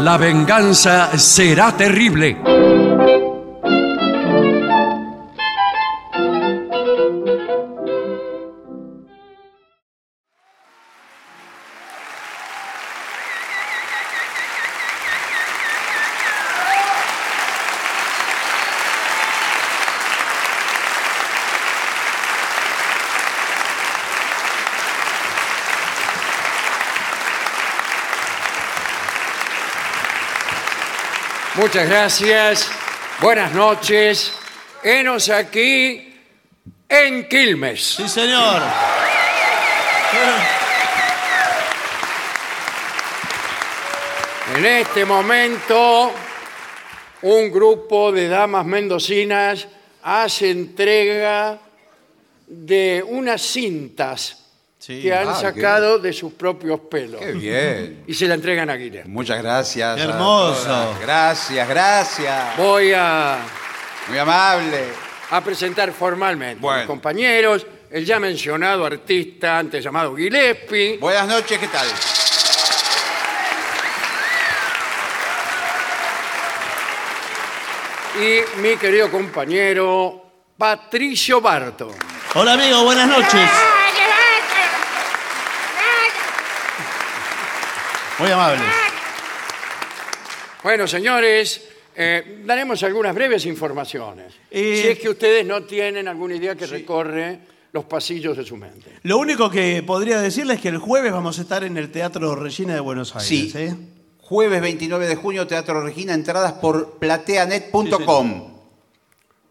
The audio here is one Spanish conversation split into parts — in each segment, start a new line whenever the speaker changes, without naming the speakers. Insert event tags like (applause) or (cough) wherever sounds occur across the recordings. La venganza será terrible.
Muchas gracias. Buenas noches. Enos aquí en Quilmes.
Sí, señor.
En este momento, un grupo de damas mendocinas hace entrega de unas cintas
Sí.
que han
ah, qué
sacado de sus propios pelos.
Qué bien.
Y se la entregan a Aguilera.
Muchas gracias.
Qué hermoso.
a todas. Gracias, gracias.
Voy a,
Muy amable.
a presentar formalmente a mis
Bueno.
compañeros, el ya mencionado artista, antes llamado Gillespie.
Buenas noches, ¿qué tal?
y mi querido compañero Patricio Barto.
Hola, amigo, buenas noches. Muy amables.
Bueno, señores, eh, daremos algunas breves informaciones.
Eh,
si es que ustedes no tienen alguna idea que recorre los pasillos de su mente.
Lo único que podría decirles es que el jueves vamos a estar en el Teatro Regina de Buenos Aires.
Sí.
¿eh?
Jueves 29 de junio, Teatro Regina, entradas por plateanet.com.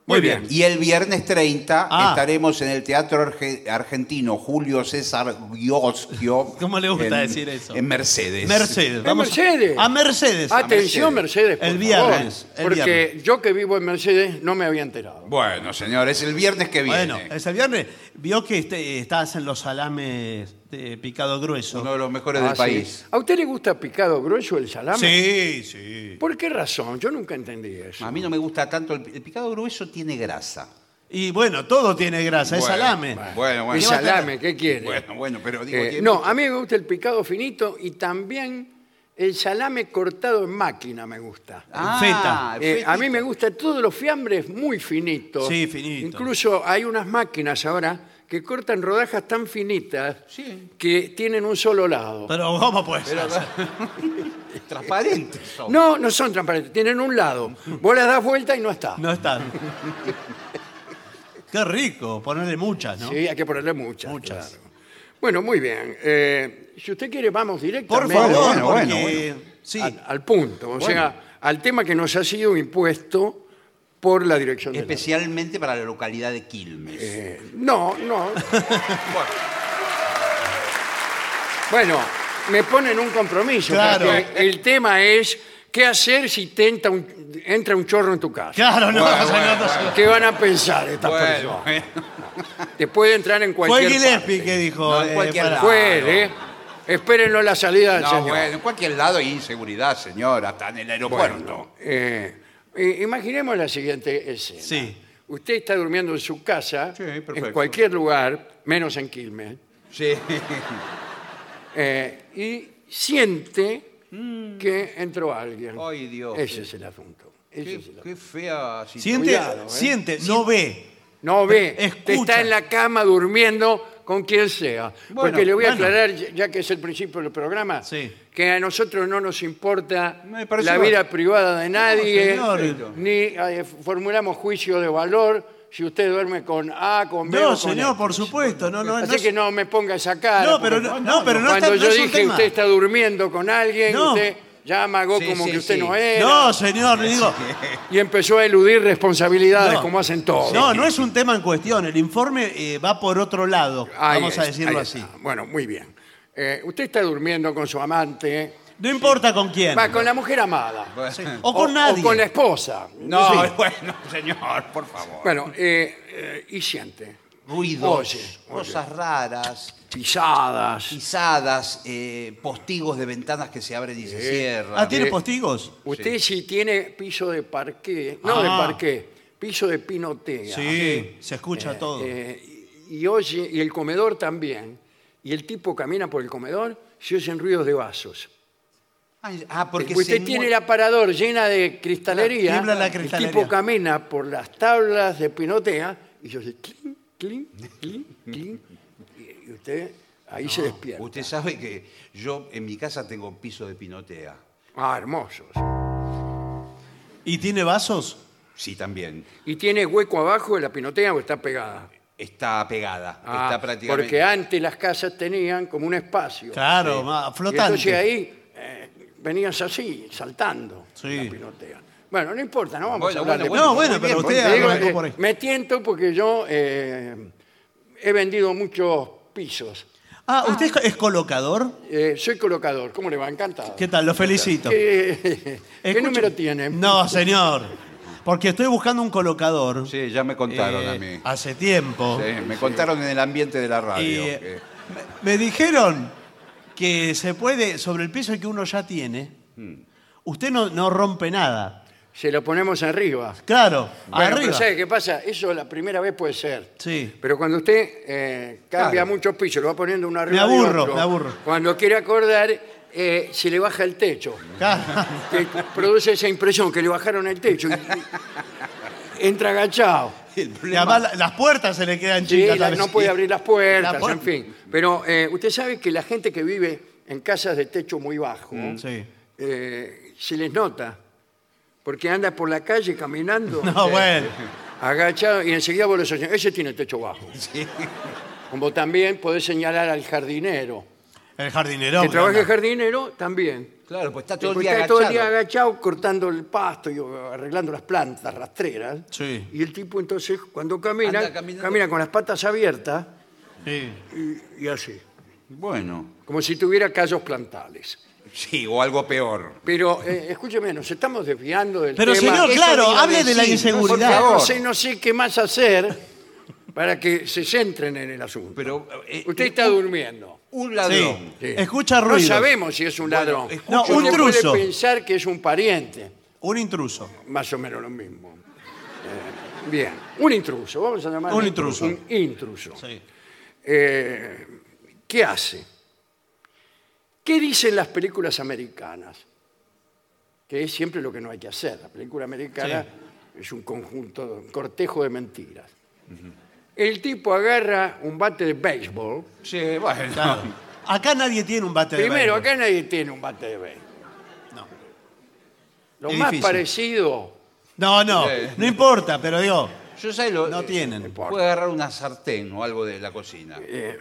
Muy bien.
Y el viernes 30
Ah.
estaremos en el Teatro Arge- Argentino Julio César Giosquio.
(laughs) ¿Cómo le gusta
en-
decir eso?
En Mercedes.
Mercedes.
A Mercedes. Ah,
A, Mercedes.
Atención, Mercedes.
Mercedes.
por
El viernes,
favor,
el
porque
viernes.
yo que vivo en Mercedes no me había enterado.
Bueno, señores, el viernes que viene.
Bueno, ese viernes vio que este, estabas en los salames de picado grueso.
uno de los mejores
Ah,
del
sí.
país.
¿A usted le gusta picado grueso el salame?
Sí, sí.
¿Por qué razón? Yo nunca entendí eso.
A mí no me gusta tanto. El, el picado grueso tiene grasa.
Y bueno, todo tiene grasa, es
Bueno,
salame.
Bueno, bueno.
El salame, ¿qué quiere?
Bueno, bueno, pero digo.
Eh,
tiene-
no, a mí me gusta el picado finito y también el salame cortado en máquina me gusta.
feta.
Eh, a mí me gusta todos los fiambres muy finitos.
Sí, finito.
Incluso hay unas máquinas ahora que cortan rodajas tan finitas que tienen un solo lado.
Pero ¿cómo puede ser?
(laughs) Transparente. son.
No, no son transparentes, tienen un lado.
(laughs)
Vos las das vuelta y no está.
No está.
(laughs)
Qué rico, ponerle muchas, ¿no?
Sí, hay que ponerle muchas.
Muchas.
claro. Bueno, muy bien. Eh, si usted quiere, vamos
Por
directamente
favor,
bueno,
porque...
bueno, Ah,
Sí,
al, al punto, o sea, al tema que nos ha sido impuesto por la dirección de la-
Especialmente para la localidad de Quilmes.
Eh, No, no. bueno, me ponen un compromiso.
Claro.
porque El tema es qué hacer si te entra un, entra un chorro en tu casa.
claro, no. (laughs)
Bueno,
o sea, no-
bueno,
¿Qué van a pensar estas
Bueno,
personas?
bueno.
Te puede entrar en
Fue
cualquier
Gillespie
parte.
que dijo. eh,
No, en cualquier
para-
lado.
Puede. ¿eh? Espérenlo la salida del
No,
señor.
bueno, en cualquier lado hay inseguridad, señor, hasta en el aeropuerto.
Eh, eh, imaginemos la siguiente escena.
Sí.
Usted está durmiendo en su casa,
Sí, perfecto.
en cualquier lugar, menos en Quilmes,
Sí.
eh, y siente
Mm.
que entró alguien.
Ay, Dios.
Ese es el asunto. Ese es el
Qué,
asunto.
qué fea situación.
Siente,
Cuidado, ¿eh?
siente, no ve.
No ve,
Escucha.
usted está en la cama durmiendo con quien sea.
Bueno,
Porque le voy a
bueno.
aclarar, ya- ya que es el principio del programa,
Sí.
que a nosotros no nos importa
Me parece
la
mal.
vida privada de nadie,
señor.
ni eh, formulamos juicio de valor si usted duerme con A, con B. o
No,
con
señor,
X.
por supuesto. No, no,
Así
no,
que no me ponga esa cara.
No, pero
porque
no- no, pero no
Cuando
está- no
yo
es un
dije
tema.
usted está durmiendo con alguien,
No.
usted ya amagó
Sí,
como
sí,
que usted
sí.
no era
No, señor, le digo.
y empezó a eludir responsabilidades
No.
como hacen todos.
No, no es un tema en cuestión. El informe eh, va por otro lado.
Ahí
vamos
está,
a decirlo
ahí
así.
está. Bueno, muy bien. Eh, usted está durmiendo con su amante,
No importa con quién.
va con la mujer amada,
Bueno.
O con nadie.
con la esposa.
No,
Sí.
bueno, señor, por favor.
Bueno, eh, eh, y siente
Ruidos,
Oye, oye.
cosas raras,
pisadas.
pisadas, eh, postigos de ventanas que se abren y se cierran.
Ah, ¿tiene
Eh,
postigos?
Usted si tiene piso de parqué, no
Ah.
de parqué, piso de pinotea.
Sí, se escucha todo.
eh, y, y oye, y el comedor también. Y el tipo camina por el comedor, se oyen ruidos de vasos.
Ah, ah, porque se
usted tiene
mue-
el aparador llena de cristalería,
Tiembla la
el
cristalería.
tipo camina por las tablas de pinotea y yo sé, clink, clink, clink, clink, y y usted ahí se despierta.
Usted sabe que yo en mi casa tengo piso de pinotea.
Ah, hermosos.
¿Y tiene vasos?
Sí, también.
¿Y tiene hueco abajo de la pinotea o está pegada?
Está pegada.
Ah,
está prácticamente.
Porque antes las casas tenían como un espacio.
Claro, ma-
Y
flotante.
entonces ahí eh, venías así, saltando
Sí.
la pinotea. Bueno, no importa, no vamos a hablar de
No, bueno,
muy
pero
muy
usted
Te
Ah,
digo,
lo dejó
eh,
por ahí.
me tiento porque yo eh, he vendido muchos pisos.
Ah, ¿usted es co- es colocador?
Eh, soy colocador. ¿Cómo le va? Encantado.
¿Qué tal? Lo felicito.
Eh, (laughs) ¿Qué
Escuche-
número tiene?
No, señor. Porque estoy buscando un colocador.
Sí, ya me contaron
eh,
a mí.
Hace tiempo.
Sí, me contaron en el ambiente de la radio.
Y, eh,
que-
me, me dijeron que se puede, sobre el piso que uno ya tiene,
Hmm.
usted no, no rompe nada.
Se lo ponemos arriba.
Claro,
Bueno, pero
arriba.
¿sabe qué pasa? Eso la primera vez puede ser.
Sí.
Pero cuando usted eh, cambia
Claro.
muchos pisos, lo va poniendo uno arriba de
aburro,
otro,
me aburro.
Cuando quiere acordar, eh, se le baja el techo.
Claro.
(laughs) Que produce esa impresión que le bajaron el techo. y- y entra agachado.
el
Y
problema-
además la- las puertas se le quedan
Sí,
chicas.
la-
a veces.
no puede abrir las puertas,
La puer-
en fin. Pero eh, usted sabe que la gente que vive en casas de techo muy bajo,
Mm, Sí.
eh, se les nota, porque anda por la calle caminando,
No,
eh,
bueno.
agachado, y enseguida vos lo señalás, ese tiene techo bajo. Como también podés señalar al jardinero.
El jardinero.
que trabaja el
claro.
jardinero, también.
Claro, pues está todo el
Porque
día
está todo el día
agachado.
agachado cortando el pasto y o, arreglando las plantas rastreras.
Sí.
Y el tipo entonces cuando camina,
Anda caminando.
camina con las patas abiertas
Sí.
y- y así.
Bueno,
como si tuviera callos plantales.
sí, o algo peor.
Pero eh, escúcheme, nos estamos desviando del
Pero
tema.
señor,
eso
claro,
vino a
hable de la
decir,
Porque
inseguridad.
no
favor.
sé, no sé qué más hacer para que se centren en el asunto.
Pero eh,
Usted está durmiendo.
un
Sí.
ladrón.
Sí.
Escucha
No
ruido.
sabemos si es un ladrón.
escucho-
No, un
Usted
intruso.
puede pensar que es un pariente,
Un intruso.
más o menos lo mismo. Eh, bien, un intruso, vamos a llamarlo.
Un intruso.
Un intruso. Eh, ¿Qué hace? ¿Qué dicen las películas americanas? Que es siempre lo que no hay que hacer. La película americana es un conjunto, un cortejo de mentiras. El tipo agarra un bate de béisbol.
Sí, bueno.
Claro. Acá nadie tiene un bate
Primero,
de béisbol.
acá nadie tiene un bate de béisbol. Lo
Es
más
difícil.
parecido,
No, no.
Sí.
No importa, pero digo,
Yo sé lo.
no
eh,
tienen.
Puede agarrar una sartén o algo de la cocina.
eh,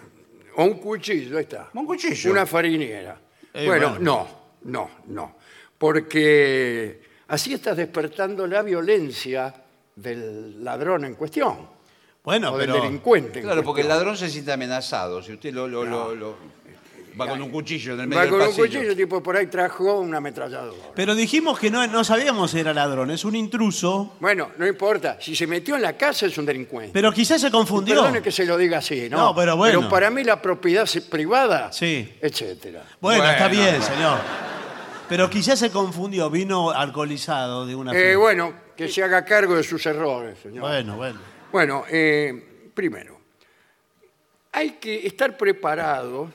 o un cuchillo, ahí está.
Un cuchillo.
Una farinera.
Eh,
bueno,
bueno.
no, no, no. Porque así estás despertando la violencia del ladrón en cuestión.
Bueno,
o del
pero.
delincuente. en
Claro, porque el
cuestión.
ladrón se siente amenazado. Si usted lo, lo- lo- lo- va con un cuchillo en el medio
Va con
del
un
pasillo.
cuchillo, tipo, por ahí trajo una ametralladora.
Pero dijimos que no, no sabíamos si era ladrón, es un intruso.
Bueno, no importa. Si se metió en la casa es un delincuente.
Pero quizás se confundió.
Perdone que se lo diga así, ¿no?
No, pero bueno.
para mí la propiedad se- privada,
Sí.
etcétera.
Bueno, está
Bueno,
bien,
bueno.
señor. Pero quizás se confundió, vino alcoholizado de una
Eh,
fiesta.
bueno, que se haga cargo de sus errores, señor.
Bueno, bueno.
Bueno, eh, primero, hay que estar preparados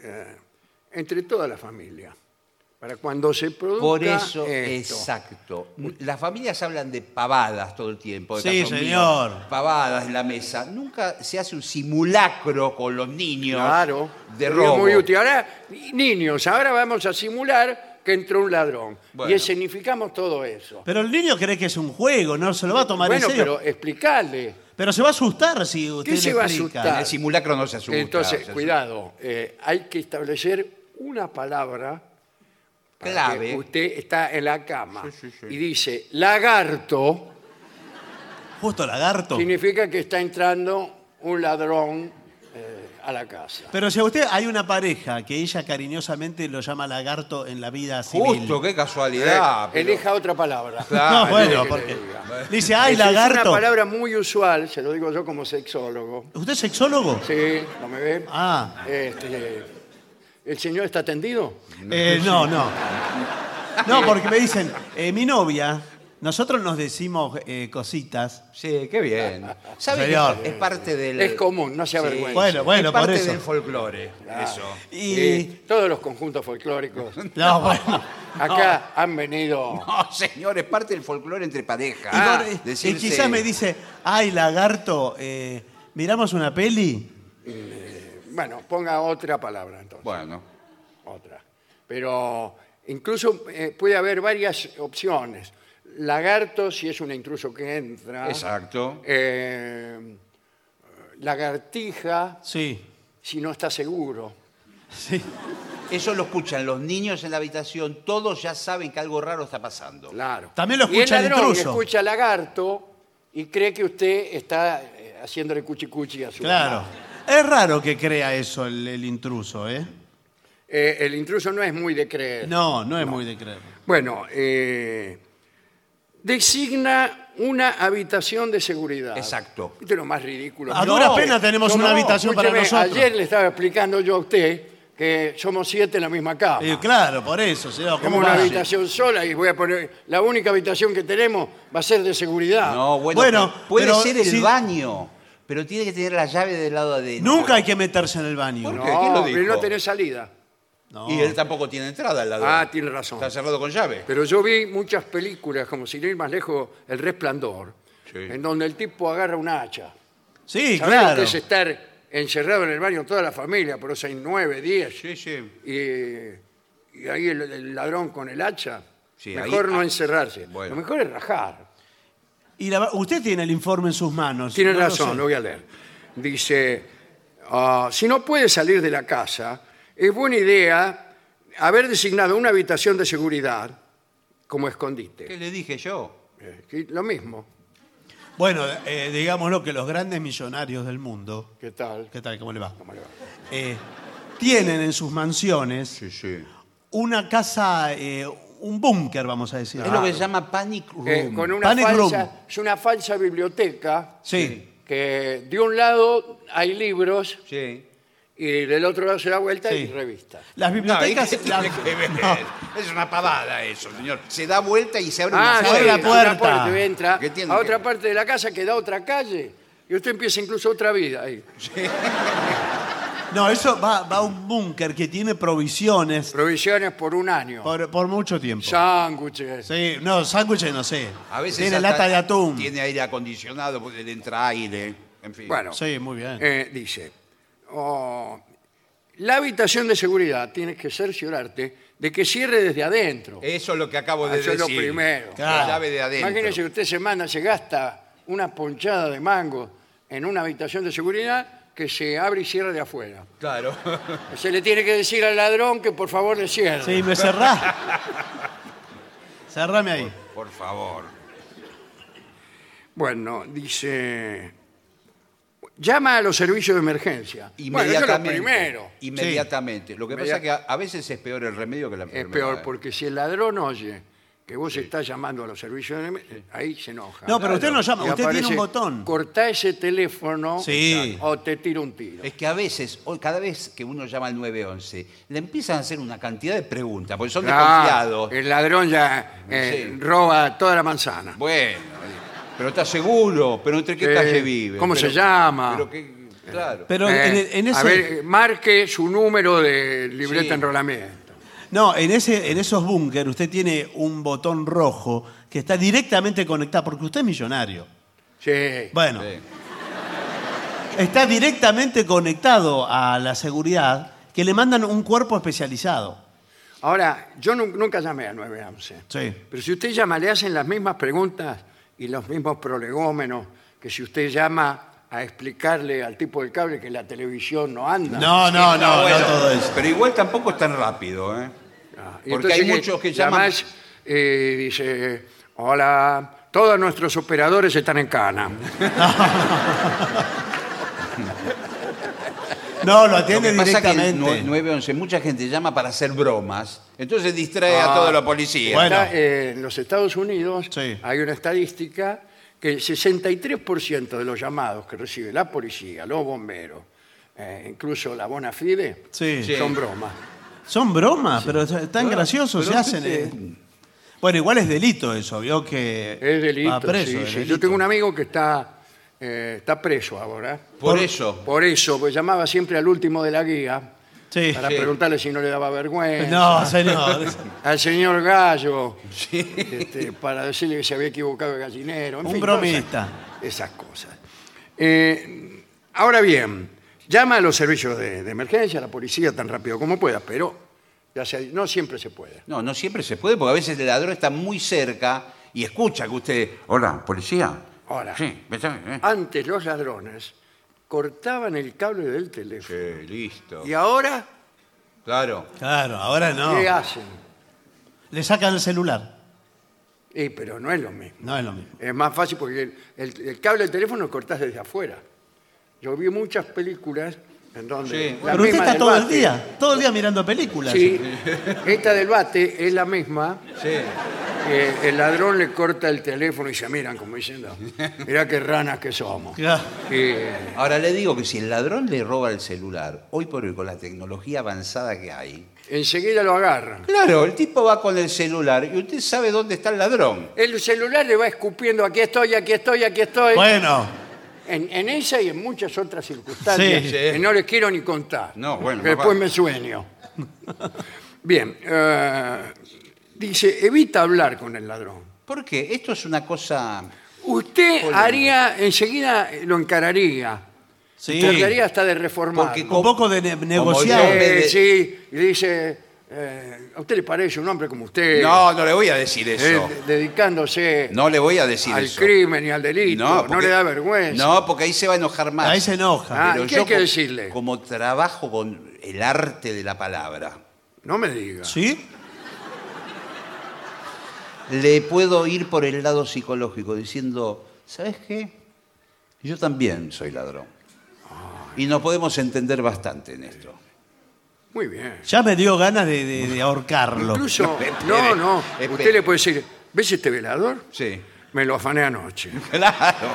eh, entre toda la familia para cuando se produzca
Por eso,
esto.
exacto. Las familias hablan de pavadas todo el tiempo. de
Sí,
cazombíos,
señor.
Pavadas en la mesa. Nunca se hace un simulacro con los niños
Claro,
de
es
robo.
muy útil. Ahora, niños, ahora vamos a simular que entró un ladrón y
Bueno.
escenificamos todo eso.
Pero el niño cree que es un juego, no se lo va a tomar
bueno,
en serio.
pero explicarle.
Pero... se va a asustar si usted
¿Qué
le
se va a
explica.
asustar?
El simulacro no se asusta.
Entonces,
se asusta.
cuidado, eh, hay que establecer una palabra para
Clave.
que Usted está en la cama y dice lagarto.
Justo lagarto.
Significa que está entrando un ladrón eh, a la casa.
Pero si a usted hay una pareja que ella cariñosamente lo llama lagarto en la vida civil.
Justo, qué casualidad. Ah, pero-
Elija otra palabra.
Claro.
No,
Ah,
bueno,
¿qué (laughs)
porque
le diga?
dice, ay,
Es- Es una
lagarto.
palabra muy usual, se lo digo yo como sexólogo.
¿Usted es sexólogo?
Sí, ¿no me ve?
Ah,
Este, ¿El señor está atendido?
(laughs) eh, no, no. No, porque me dicen, eh, mi novia Nosotros nos decimos eh, cositas.
Sí, qué bien.
¿Sabe que
Señor.
es parte del.
Es común, no se
Sí.
avergüence.
Bueno, bueno,
es parte
por eso.
del
Folclore, eso.
Y.
Sí, todos los conjuntos
(laughs)
folclóricos
No, bueno.
acá han venido.
(laughs) No, Oh, señor, es parte del folclore entre parejas.
Ah,
Igor,
y
decirse-
quizás me dice, ay, lagarto, eh, miramos una peli.
Bueno, ponga otra palabra entonces.
Bueno,
Otra. Pero incluso eh, puede haber varias opciones. Lagarto, si es un intruso que entra.
exacto.
Eh, lagartija,
Sí.
si no está seguro.
sí.
Eso lo escuchan los niños en la habitación, todos ya saben que algo raro está pasando.
Claro.
También lo
Y el
escucha el
ladrón
intruso.
escucha lagarto y cree que usted está eh, haciéndole cuchicuchi a su
Claro.
hermano.
Es raro que crea eso el, el intruso, ¿eh?
Eh, el intruso no es muy de creer.
No, no es muy de creer.
Bueno, eh, designa una habitación de seguridad.
Exacto.
Esto es lo más ridículo.
A duras penas tenemos
yo
una habitación para
escúcheme,
nosotros.
Ayer le estaba explicando yo a usted que somos siete en la misma cama.
Eh, claro, por eso, señor.
Tenemos
¿cómo
una
va?
habitación sola y voy a poner. La única habitación que tenemos va a ser de seguridad.
Ah, No, bueno,
Bueno,
pero puede
pero
ser el
si-
baño, pero tiene que tener la llave del lado adentro.
Nunca hay que meterse en el baño.
¿Por
No,
qué? ¿Quién lo
pero
dijo?
no tenés salida.
No.
Y él tampoco tiene entrada al lado.
Ah, tiene razón.
Está cerrado con llave.
Pero yo vi muchas películas, como sin ir más lejos, El Resplandor,
Sí.
en donde el tipo agarra una hacha.
Sí,
¿Saben
claro.
lo que es estar encerrado en el baño toda la familia por seis, nueve, diez?
Sí, sí.
Y, y ahí el, el ladrón con el hacha.
Sí,
mejor
ahí-
no
ah,
encerrarse.
bueno.
Lo mejor es rajar.
Y la- usted tiene el informe en sus manos.
Tiene
no lo
razón,
sé.
lo voy a leer. Dice, ah, si no puede salir de la casa, es buena idea haber designado una habitación de seguridad como
¿Qué
escondite.
le dije yo?
Eh, sí, Lo mismo.
Bueno, eh, digámoslo que los grandes millonarios del mundo,
¿Qué tal?
¿qué tal? ¿Cómo le va?
¿Cómo le va?
Eh, tienen en sus mansiones
sí.
una casa, eh, un búnker, vamos a decir.
Es lo que se llama panic room.
Eh, con una
Panic room.
falsa, es una falsa biblioteca
Ah, Sí.
que de un lado hay libros
Sí.
y del otro lado se da vuelta y
Sí.
revistas.
Las
No, ¿y qué
bibliotecas.
tiene
la-
que ver?
No.
Es una pavada eso, señor.
Se da vuelta y se abre
Ah,
una
abre
sí,
la
una
puerta.
y entra
Que tiene
a
que-
otra parte de la casa que da a otra calle y usted empieza incluso otra vida ahí.
No, eso va, va a un búnker que tiene provisiones
Provisiones por un año.
por, por mucho tiempo.
Sándwiches.
Sí, no, sándwiches no sé.
A veces
tiene
hasta
lata de atún.
Tiene aire acondicionado, porque le entra aire. En fin.
Bueno,
Sí, muy bien.
eh, dice, oh, la habitación de seguridad tienes que cerciorarte de que cierre desde adentro.
Eso es lo que acabo de
Eso Ah, es
decir.
lo primero.
La llave de adentro.
Imagínese que usted se manda, se gasta una ponchada de mango en una habitación de seguridad que se abre y cierra de afuera.
Claro.
(laughs) Se le tiene que decir al ladrón que por favor le cierre.
Sí, me cerrá.
(laughs)
Cerrame ahí.
Por favor.
Bueno, dice. Llama a los servicios de emergencia. Bueno, eso es lo
Inmediatamente.
primero.
Inmediatamente. Lo que pasa es que a, a veces es peor el remedio que la
Es
enfermedad.
peor, porque si el ladrón oye que vos estás llamando a los servicios de emergencia, ahí se enoja.
No, pero usted no llama,
Y
usted tiene
aparece,
un botón.
Cortá ese teléfono
Sí.
o te tiro un tiro.
Es que a veces, hoy, cada vez que uno llama al 911, le empiezan a hacer una cantidad de preguntas, porque son
Claro,
desconfiados.
Ah, el ladrón ya eh,
Sí.
roba toda la manzana.
Bueno. Pero está seguro. Pero entre qué
Sí.
calle vive.
Eh, ¿Cómo
Pero-
se llama?
Pero qué. Claro.
Pero
Eh,
en, en ese.
A ver, marque su número de libreta de
Sí.
enrolamiento.
No, en, ese, en esos búnker usted tiene un botón rojo que está directamente conectado, porque usted es millonario.
Sí.
Bueno,
Sí.
está directamente conectado a la seguridad que le mandan un cuerpo especializado.
Ahora, yo nu- nunca llamé a 911.
Sí.
Pero si usted llama, le hacen las mismas preguntas y los mismos prolegómenos que si usted llama a explicarle al tipo del cable que la televisión no anda.
No, no, no, no,
Bueno,
todo eso.
Pero igual tampoco es tan rápido, ¿eh?
Ah, y
Porque hay
entonces
muchos que llaman.
llamás, eh, dice, hola, todos nuestros operadores están en cana.
No, lo
Lo
atiende
que pasa que el
directamente.
nue- 911, mucha gente llama para hacer bromas, entonces distrae
Ah,
a toda la policía.
bueno.
Está, eh, en los Estados Unidos
Sí.
hay una estadística que el 63% de los llamados que recibe la policía, los bomberos, eh, incluso la bona fide,
Sí.
son bromas.
Son bromas, pero tan graciosos se hacen. eh. Bueno, igual es delito eso, vio que.
Es delito.
va preso,
sí,
es
sí. Yo
delito.
tengo un amigo que está, eh, está preso ahora.
Por, eso.
Por eso, pues llamaba siempre al último de la guía
Sí.
para
Sí.
preguntarle si no le daba vergüenza.
No, señor. (laughs)
Al señor Gallo, este, para decirle que se había equivocado de gallinero. en
Un
fin,
bromista.
todas Esas esas cosas. Eh, ahora bien, llama a los servicios de, de emergencia, a la policía, tan rápido como pueda, pero ya se ha- no siempre se puede.
No, no siempre se puede porque a veces el ladrón está muy cerca y escucha que usted. Hola, policía.
Ahora,
Sí, me está- eh.
antes los ladrones cortaban el cable del teléfono.
Sí, listo.
Y ahora,
Claro.
Claro, ahora no.
¿qué hacen?
Le sacan el celular.
Eh, pero no es lo mismo.
No es lo mismo.
Es más fácil porque el, el- el cable del teléfono lo cortás desde afuera. Yo vi muchas películas en donde.
Sí.
la
Pero usted
misma
está
del
todo el
bate-
día, todo el día mirando películas.
Sí, esta del bate es la misma.
Sí.
que el ladrón le corta el teléfono y se miran como diciendo: Mirá qué ranas que somos.
Claro.
Y,
Ahora le digo que si el ladrón le roba el celular, hoy por hoy con la tecnología avanzada que hay.
enseguida lo agarran.
Claro, el tipo va con el celular y usted sabe dónde está el ladrón.
El celular le va escupiendo: Aquí estoy, aquí estoy, aquí estoy.
Bueno,
En, en esa y en muchas otras circunstancias
Sí, sí.
que no les quiero ni contar.
No, bueno,
Que
papá.
después me sueño. Bien, eh, dice, evita hablar con el ladrón.
¿Por qué? Esto es una cosa.
Usted haría, enseguida lo encararía.
sí.
Trataría hasta de reformar.
Porque
Un poco de ne-
yo,
negociar.
me- de-
sí, y dice, eh, ¿a usted le parece un hombre como usted?
No, no le voy a decir
eh,
eso.
dedicándose
No le voy a decir
al
eso.
crimen y al delito. No,
porque-
le da vergüenza.
No, porque ahí se va a enojar más.
Ahí se enoja.
Ah, ¿y qué hay que
co-
decirle?
Como trabajo con el arte de la palabra,
No me diga.
¿Sí?
le puedo ir por el lado psicológico diciendo, ¿sabes qué? Yo también soy ladrón. Y nos podemos entender bastante en esto.
Muy bien.
Ya me dio ganas de, de- de ahorcarlo.
Incluso,
No, espere,
no, no.
espere.
Usted le puede decir, ¿ves este velador?
Sí. (laughs)
Me lo afané anoche.
Claro.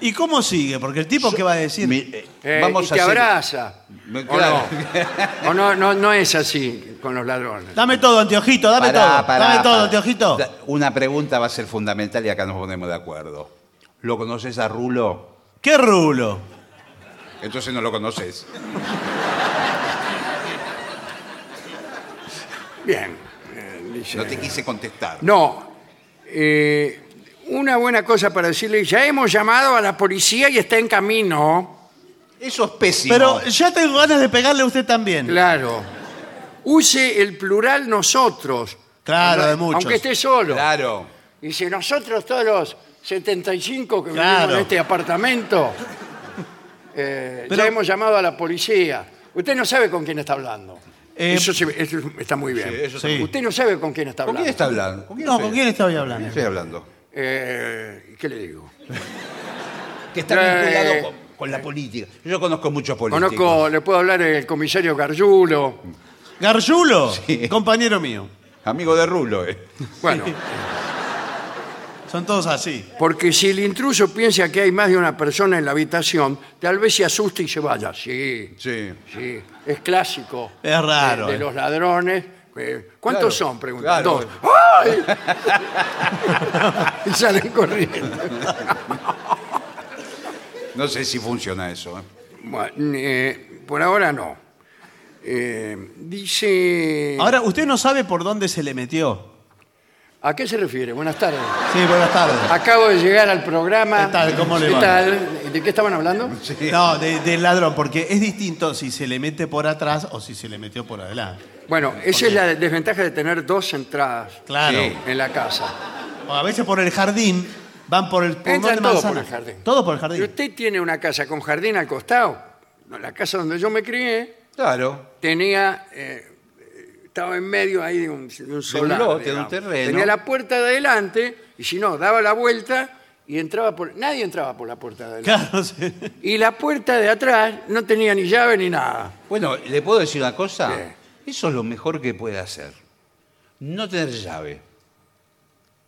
¿Y cómo sigue? Porque el tipo que va a decir.
Mi- eh,
Eh,
vamos
y
a
te
hacer-
abraza.
Me-
¿O,
claro.
no? (laughs) O no, no, no es así con los ladrones.
Dame todo, anteojito, dame
Pará,
todo.
pará,
dame todo,
pará.
anteojito.
Da- Una pregunta va a ser fundamental y acá nos ponemos de acuerdo. ¿Lo conoces a Rulo?
¿Qué rulo?
Entonces no lo conoces.
Bien. eh, dice-
No te quise contestar.
No. eh, una buena cosa para decirle, ya hemos llamado a la policía y está en camino.
Eso es pésimo.
Pero ya tengo ganas de pegarle a usted también.
Claro. Use el plural nosotros.
Claro, de muchos.
Aunque esté solo.
Claro.
Dice, nosotros todos los 75 que vivimos
Claro.
en este apartamento, eh,
Pero-
ya hemos llamado a la policía. Usted no sabe con quién está hablando.
Eh,
eso, se- eso está muy bien.
eso
sí.
Usted no sabe con quién está
¿Con
hablando.
quién está hablando?
No, ¿con
estoy-
quién estoy
con quién
hablando?
estoy hablando?
Eh, ¿Qué le digo?
Que está
Eh,
vinculado con, con la política. Yo conozco muchos políticos.
Conozco, le puedo hablar el comisario Gargiulo.
Garjulo, compañero mío.
Amigo de Rulo, eh.
Bueno,
Son todos así.
porque si el intruso piensa que hay más de una persona en la habitación, tal vez se asuste y se vaya. Sí,
Sí.
sí, es clásico.
Es raro,
De, de
eh.
los ladrones. Eh, ¿Cuántos
Claro,
son? Preguntan.
claro.
Dos. ¡Ay! (laughs) y salen corriendo.
No sé si funciona eso. eh.
Bueno, eh, por ahora no. Eh, dice.
Ahora, usted no sabe por dónde se le metió.
¿A qué se refiere? Buenas tardes.
Sí, buenas tardes.
Acabo de llegar al programa.
¿Qué tal? ¿Cómo le
¿Qué
va?
tal? ¿De qué estaban hablando?
No, de- del ladrón, porque es distinto si se le mete por atrás o si se le metió por adelante.
Bueno, esa es la desventaja de tener dos entradas
Claro.
Sí.
en la casa.
O a veces por el jardín, van por el pulmón de
Entran Pues todo
manzana.
por el jardín.
Todo por el
Si
jardín.
usted tiene una casa con jardín al costado, no, la casa donde yo me crié
Claro.
tenía, eh, eh, estaba en medio ahí de un, de un solar,
lote, de
digamos.
un terreno.
Tenía la puerta de adelante y si no, daba la vuelta y entraba por... Nadie entraba por la puerta de adelante.
Claro, sí.
Y la puerta de atrás no tenía ni llave ni nada.
Bueno, ¿le puedo decir una cosa? Eso es lo mejor que puede hacer. No tener llave.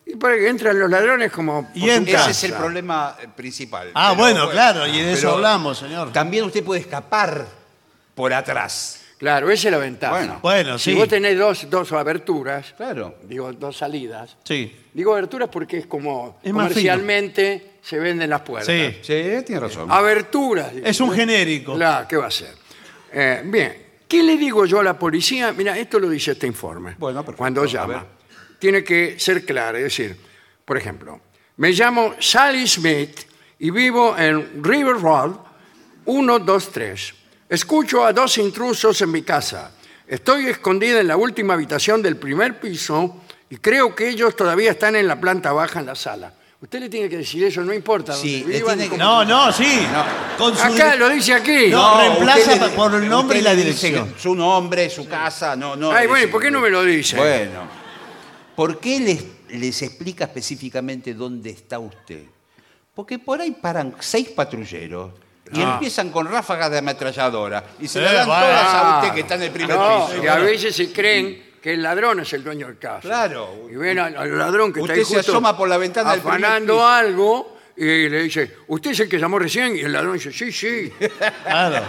Y para que entran los ladrones como... por
Y
su
entra.
casa.
Ese es el problema eh, principal.
Ah,
Pero,
bueno, claro, y de eso
pero
hablamos, señor.
También usted puede escapar por atrás.
Claro, esa es la ventaja.
Bueno.
Bueno,
si
sí.
vos tenés dos, dos aberturas,
Claro.
digo, dos salidas.
Sí.
Digo aberturas porque es como
Es más fino.
comercialmente se venden las puertas.
Sí.
Sí, tiene razón.
Ah,
Aberturas. digo.
Es un genérico.
Claro, ¿qué va a ser? Eh, bien, ¿qué le digo yo a la policía? Mira, esto lo dice este informe.
Bueno, perfecto,
Cuando
a
llama.
ver.
Tiene que ser clara, es decir, por ejemplo, me llamo Sally Smith y vivo en River Road 123. Escucho a dos intrusos en mi casa. Estoy escondida en la última habitación del primer piso y creo que ellos todavía están en la planta baja en la sala. Usted le tiene que decir eso, no importa.
Sí,
dónde
le
vivan
tiene
ni
que-
cómo-
No, no, sí. Con su-
Acá lo dice aquí.
No, reemplaza
usted le-
por el nombre y
usted
la
le dice
dirección.
Su nombre, su casa, no, no.
Ay,
le
bueno, ¿y
dice-
por qué no me lo dice?
Bueno. ¿Por qué les, les explica específicamente dónde está usted? Porque por ahí paran seis patrulleros y
Ah.
empiezan con ráfagas de ametralladora y se
Eh,
la dan
bueno.
todas a usted que está en el primer
Ah, No,
piso.
y a veces se creen que el ladrón es el dueño del caso.
Claro.
Y ven al, al ladrón que
Usted
está ahí
se
justo
asoma por la ventana del primer
afanando
piso.
algo y le dice, usted es el que llamó recién, y el ladrón dice, sí, sí.
Claro.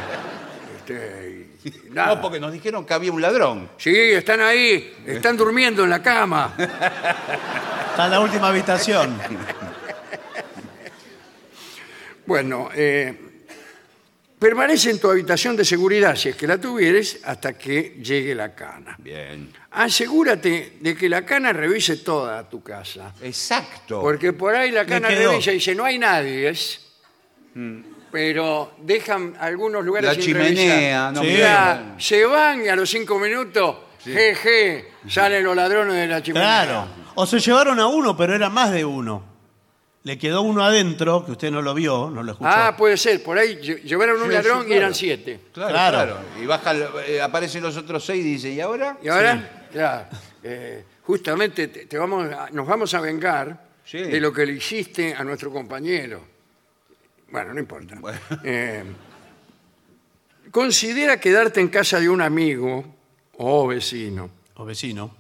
Este,
(laughs)
y nada.
No, porque nos dijeron que había un ladrón.
Sí, están ahí, están durmiendo en la cama.
Está en la última
(laughs)
habitación.
Bueno, eh, permanece en tu habitación de seguridad, si es que la tuvieres, hasta que llegue la cana.
Bien.
Asegúrate de que la cana revise toda tu casa.
Exacto.
Porque por ahí la cana
quedó.
revisa y dice, no hay nadie, es. Pero dejan algunos lugares
Mm. La
sin
chimenea,
revisar.
no
Sí.
Mirá, se van y a los cinco minutos, jeje, salen los ladrones de la chimenea.
Claro. O se llevaron a uno, pero era más de uno. Le quedó uno adentro, que usted no lo vio, no lo escuchó.
Ah, puede ser, por ahí lle- llevaron un
Sí,
ladrón
sí,
y
claro.
eran siete.
Claro,
Claro.
claro. Y baja, el- eh, aparecen los otros seis y dice, ¿y ahora?
Y ahora, claro, eh, justamente te, te vamos a- nos vamos a vengar
Sí.
de lo que le hiciste a nuestro compañero. Bueno, no importa. Eh, considera quedarte en casa de un amigo o vecino
O vecino.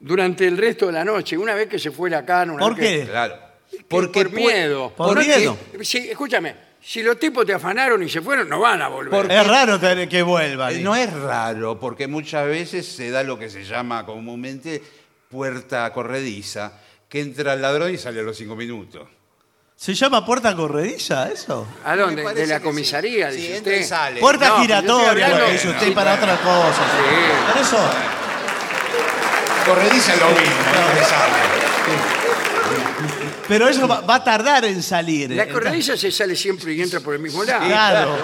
durante el resto de la noche, una vez que se fue la cana. una
¿Por
vez que-
qué?
Claro.
que por
puede-
miedo.
Por
Porque-
miedo.
sí, escúchame, si los tipos te afanaron y se fueron, no van a volver.
Es raro tener que vuelva.
Eh, No es raro, porque muchas veces se da lo que se llama comúnmente puerta corrediza, que entra el ladrón y sale a los cinco minutos.
¿Se llama puerta corrediza eso?
¿A
Me
dónde?
parece
De la
que sí.
comisaría,
Sí,
dice
entra y
usted.
sale.
Puerta
No, pero yo
giratoria,
estoy
lo
hablando-
que dice usted
Sí,
para
bueno.
otra cosa.
Sí.
Por eso,
Corrediza es lo mismo, entra y sale.
pero eso va, va a tardar en salir.
La
Entonces-
corrediza se sale siempre y entra por el mismo lado.
Claro.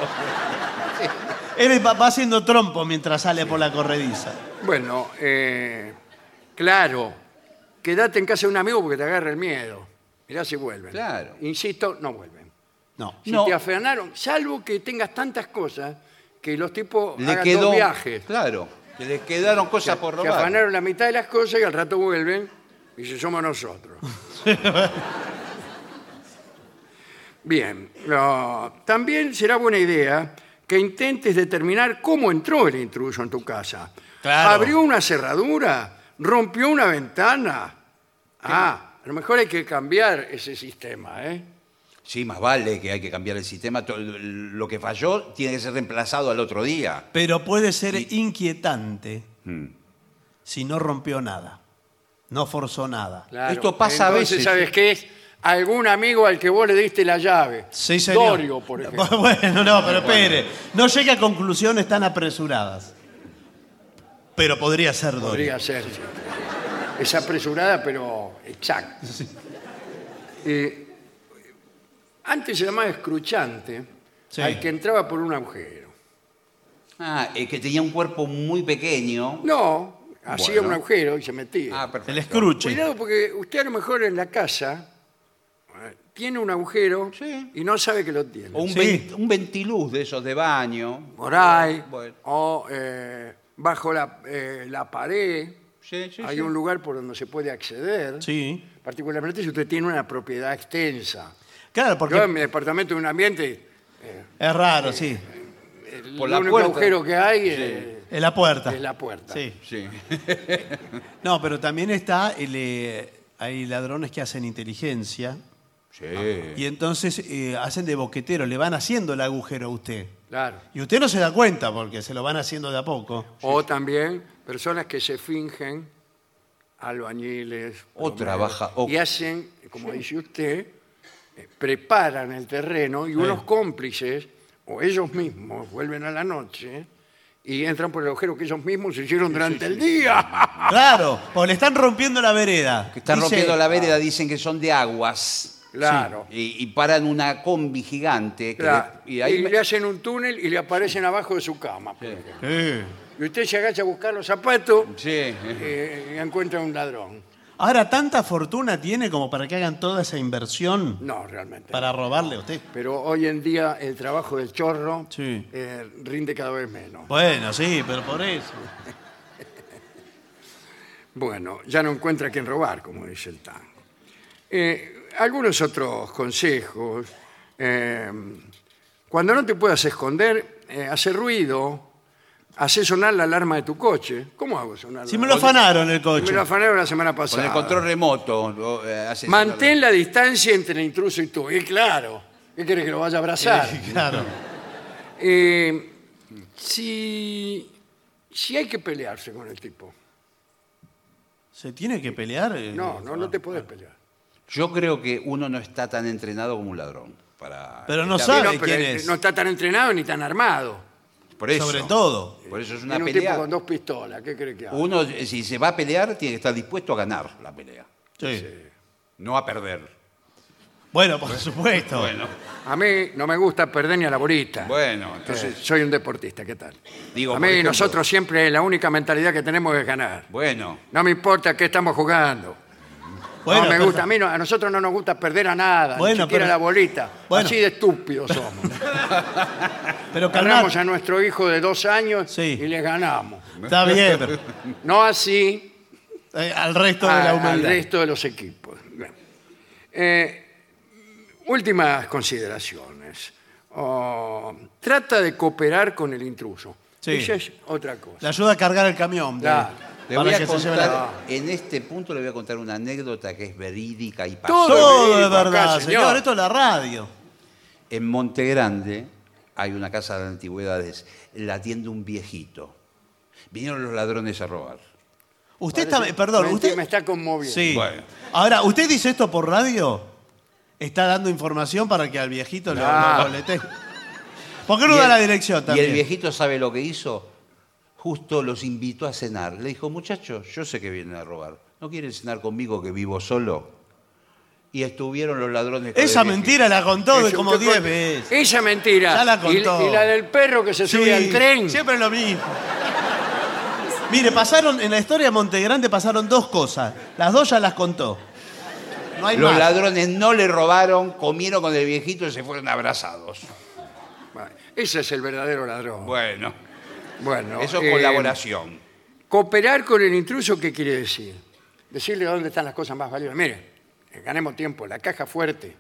Él va, va haciendo trompo mientras sale por la corrediza.
Bueno, eh, claro, quédate en casa de un amigo porque te agarra el miedo. Mirá si vuelven.
Claro.
Insisto, no vuelven.
No.
Si
No.
te afanaron, salvo que tengas tantas cosas que los tipos
Le
hagan
quedó.
dos viajes.
Claro. que Le quedaron cosas por
Te
robar.
afanaron la mitad de las cosas y al rato vuelven y se somos nosotros. Bien, lo- también será buena idea que intentes determinar cómo entró el intruso en tu casa.
Claro.
¿Abrió una cerradura? ¿Rompió una ventana? Ah, a lo mejor hay que cambiar ese sistema, ¿eh?
Sí, más vale que hay que cambiar el sistema. To- Lo que falló tiene que ser reemplazado al otro día.
Pero puede ser inquietante
Mm.
si no rompió nada. No forzó nada.
Claro.
Esto pasa a
Entonces,
veces.
¿sabes qué es? Algún amigo al que vos le diste la llave.
Sí, señor.
Dorio,
(laughs)
(laughs)
por ejemplo.
Bueno, no, pero espere. No llegue a conclusiones tan apresuradas. Pero podría ser Dorio.
Podría ser. sí. Es apresurada, pero exacta. Eh, antes se llamaba escruchante
Sí.
al que entraba por un agujero.
Ah, es que tenía un cuerpo muy pequeño.
No, hacía
Bueno.
un agujero y se metía.
Ah, perfecto.
El escruche.
Cuidado porque usted a lo mejor en la casa eh, tiene un agujero
Sí.
y no sabe que lo
O
tiene.
un,
Sí.
ven- un ventiluz de esos de baño.
Por ahí,
Bueno.
o eh, bajo la, eh, la pared,
Sí, sí,
hay
sí.
un lugar por donde se puede acceder.
Sí.
Particularmente si usted tiene una propiedad extensa.
Claro,
Yo en
porque
mi departamento de un ambiente,
es raro, sí.
el
Por la
único
puerta.
agujero que hay eh,
Es la puerta.
es la puerta.
Sí.
Sí.
No, pero también está el, eh, hay ladrones que hacen inteligencia Y entonces eh, hacen de boquetero, le van haciendo el agujero a usted.
Claro.
Y usted no se da cuenta porque se lo van haciendo de a poco.
O también personas que se fingen albañiles.
O
plomeros,
trabaja- o-
Y hacen, como dice usted, eh, preparan el terreno y unos cómplices, o ellos mismos, vuelven a la noche y entran por el agujero que ellos mismos hicieron durante el
(laughs)
día.
Claro, o le están rompiendo la vereda.
(laughs) Que están
Dice- ah.
rompiendo la vereda, dicen que son de aguas.
Claro.
Y, y paran una combi gigante. que
Claro.
le- y ahí me-
le hacen un túnel y le aparecen abajo de su cama. por ejemplo.
Sí.
Y usted se agacha a buscar los zapatos
Sí.
eh, y encuentra un ladrón.
Ahora, ¿tanta fortuna tiene como para que hagan toda esa inversión
No, realmente.
para robarle a usted?
Pero hoy en día el trabajo del chorro
Sí.
eh, rinde cada vez menos.
Bueno, sí, pero por eso.
Bueno, ya no encuentra quien robar, como dice el tango. Eh, algunos otros consejos. eh, cuando no te puedas esconder, eh, hace ruido, hace sonar la alarma de tu coche. ¿Cómo hago sonar?
Si
la-
me lo afanaron el coche.
Me lo afanaron la semana
Con
pasada.
el control remoto. lo, eh, hace-
Mantén la distancia entre el intruso y tú. Y claro, ¿qué querés que lo vaya a abrazar?
Claro.
Eh, si, si hay que pelearse con el tipo.
¿Se tiene que pelear? eh?
No, no, no te puedes pelear.
Yo creo que uno no está tan entrenado como un ladrón. Para
Pero no
evitar-
sabe
No, pero
quién
eh,
es.
no está tan entrenado ni tan armado.
Por eso.
Sobre todo.
Por eso es
Tiene
una
un
pelea.
tipo con dos pistolas, ¿qué cree que haga?
Uno, eh, si se va a pelear, tiene que estar dispuesto a ganar la pelea.
Sí.
No a perder.
Bueno, por supuesto.
A mí no me gusta perder ni a la borita.
Bueno, entonces.
Entonces, soy un deportista, ¿qué tal? a
Digo, por
mí
ejemplo-
nosotros siempre la única mentalidad que tenemos es ganar.
Bueno.
No me importa qué estamos jugando.
Bueno,
no me
pero-
gusta, a mí no- a nosotros no nos gusta perder a nada, ni
Bueno,
siquiera
pero-
la bolita.
Bueno.
Así de estúpidos somos.
(laughs) Pero
Agarramos
calmate.
a nuestro hijo de dos años
Sí.
y les ganamos.
Está bien, pero,
No así
eh, al resto de
a-
la
al
humanidad.
resto de los equipos. Bien. Eh, últimas consideraciones. Oh, trata de cooperar con el intruso.
Sí.
Esa es otra cosa.
Le ayuda a cargar el camión. de-
Claro.
Le
para
voy a
que se lleve
contar,
la-
en este punto le voy a contar una anécdota que es verídica y pasó.
Todo
Todo
es
es verdad,
acá, señor.
señor. Esto es la radio.
En Monte Grande hay una casa de antigüedades, la atiende un viejito. Vinieron los ladrones a robar.
Usted está. eh, Perdón,
me,
usted.
me está conmoviendo.
Sí.
Bueno.
Ahora, ¿usted dice esto por radio? Está dando información para que al viejito lo-
Claro.
lo bolete. ¿Por qué no
Y
da
el-
la dirección
Y el
también?
viejito sabe lo que hizo. Justo los invitó a cenar. Le dijo, muchachos, yo sé que vienen a robar. ¿No quieren cenar conmigo que vivo solo? Y estuvieron los ladrones. con el
Esa
viejito.
mentira la contó de
Eso,
como
usted
10
con-
veces.
Esa mentira.
Ya la
Y- Y,
contó.
la del perro que se sube al tren.
Siempre lo mismo. Mire, pasaron, en la historia de Montegrande pasaron dos cosas. Las dos ya las contó. No hay
Los
más.
ladrones no le robaron, comieron con el viejito y se fueron abrazados.
Bueno, Ese es el verdadero ladrón.
Bueno,
Bueno,
eso
eh,
es colaboración.
Cooperar con el intruso, ¿qué quiere decir? Decirle dónde están las cosas más valiosas. Mire, eh, ganemos tiempo, la caja fuerte.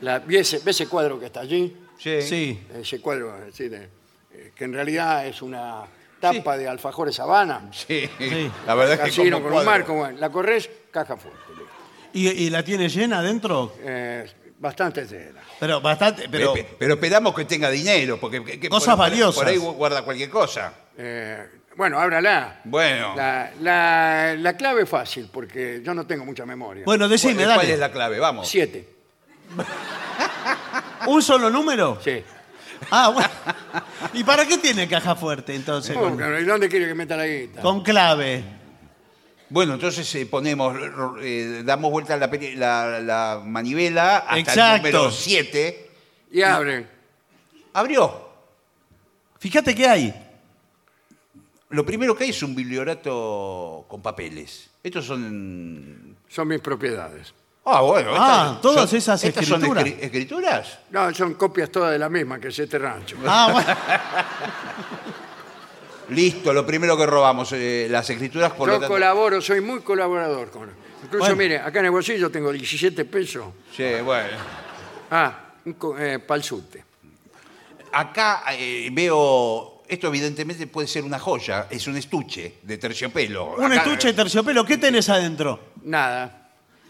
La, ¿ve, ese, ve ese cuadro que está allí?
Sí.
Ese cuadro, es decir, eh, eh, que en realidad es una tapa de alfajores habana.
Sí,
Sí.
la verdad es que
Casino con
como
un
cuadro.
marco. bueno, la corres, caja fuerte. listo.
¿Y, y la tiene llena adentro?
Eh, bastante tela.
Pero bastante. Pero,
Pe- pe- pero esperamos que tenga dinero, porque que- que
Cosas
por- por-
valiosas.
Por ahí gu- guarda cualquier cosa.
Eh, bueno, ábrala.
Bueno,
La, la- la clave es fácil, porque yo no tengo mucha memoria.
bueno,
¿cuál,
decime,
cuál
dale.
es la clave? Vamos.
Siete.
¿Un solo número?
Sí.
Ah, bueno. ¿Y para qué tiene caja fuerte entonces?
¿Cómo?
Con,
Oh, ¿Y dónde quiere que meta la guita?
con clave.
Bueno, entonces eh, ponemos, r- r- eh, damos vuelta la, peli- la- la manivela hasta
Exacto.
el número 7.
Y abren.
Abrió.
Fíjate qué hay.
Lo primero que hay es un bibliorato con papeles. Estos son.
Son mis propiedades.
Ah, bueno.
Ah,
estas-
todas esas
estas son
escrituras.
escri- escrituras.
No, son copias todas de la misma que es este rancho.
Ah, bueno.
(laughs) Listo, lo primero que robamos, eh, las escrituras por lo
Yo
tanto-
colaboro, soy muy colaborador con. Incluso,
Bueno.
mire, acá en el bolsillo tengo 17 pesos.
Sí, bueno.
Ah, un co- eh, palsute.
Acá eh, veo, esto evidentemente puede ser una joya, es un estuche de terciopelo.
Un
Acá-
estuche de terciopelo. ¿Qué tenés adentro?
Nada.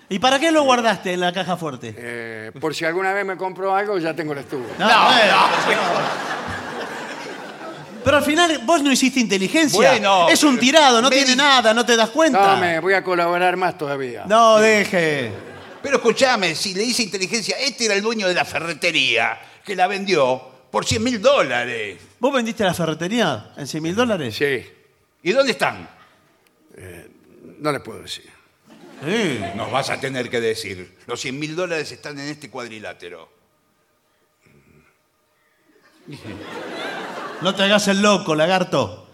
¿Y para qué lo guardaste en la caja fuerte?
Eh, por si alguna vez me compro algo, ya tengo el estuvo.
No, bueno, no. (laughs) Pero al final vos no hiciste inteligencia.
Bueno,
es un tirado, no
me
tiene
di-
nada, no te das cuenta.
No, me voy a colaborar más todavía.
No, deje.
Pero escúchame, si le hice inteligencia, este era el dueño de la ferretería que la vendió por 100 mil dólares.
¿Vos vendiste la ferretería en 100 mil dólares?
Sí,
¿Y dónde están?
no le puedo decir.
Sí.
Nos vas a tener que decir. Los 100 mil dólares están en este cuadrilátero.
No te hagas el loco, lagarto.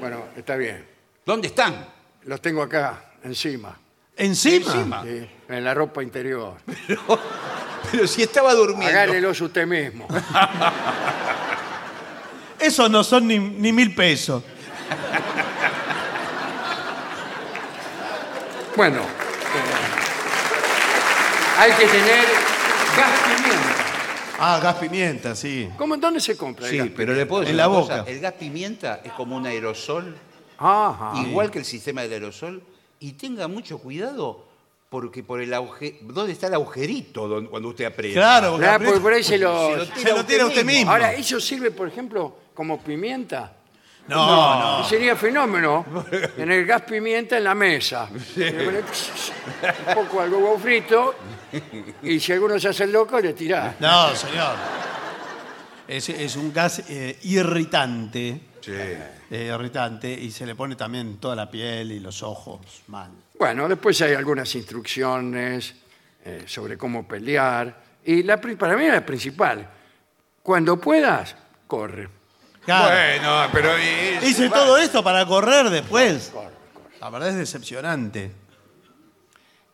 Bueno, está bien.
¿Dónde están?
Los tengo acá, encima.
¿Encima?
Encima.
sí, En la ropa interior.
Pero si estaba durmiendo.
Háganelos usted mismo.
Esos no son ni, ni mil pesos.
Bueno, eh, hay que tener gas pimienta.
Ah, gas pimienta, sí.
¿Cómo, ¿Dónde se compra? el
Sí,
gas
pero le puedo decir
En la
una
boca.
cosa. El gas pimienta es como un aerosol,
pimienta? Ajá.
igual que el sistema del aerosol. Y tenga mucho cuidado, porque por el agujero. ¿Dónde está el agujerito don- cuando usted aprieta?
Claro, porque
Ah, porque por ahí se
Se
lo...
lo
se lo tira usted mismo.
Ahora, ¿eso sirve, por ejemplo, como pimienta?
no, no.
Sería
(laughs)
fenómeno tener gas pimienta en la mesa. Un poco algo huevo frito y si alguno se hace el loco, le tirá.
No, señor. Es, es un gas eh, irritante. eh, irritante. Y se le pone también toda la piel y los ojos mal.
Bueno, después hay algunas instrucciones eh, sobre cómo pelear. Y la, pri- para mí la principal, cuando puedas, corre.
Claro.
Bueno, pero. eh,
Hice
va-
todo esto para correr después. La verdad es decepcionante.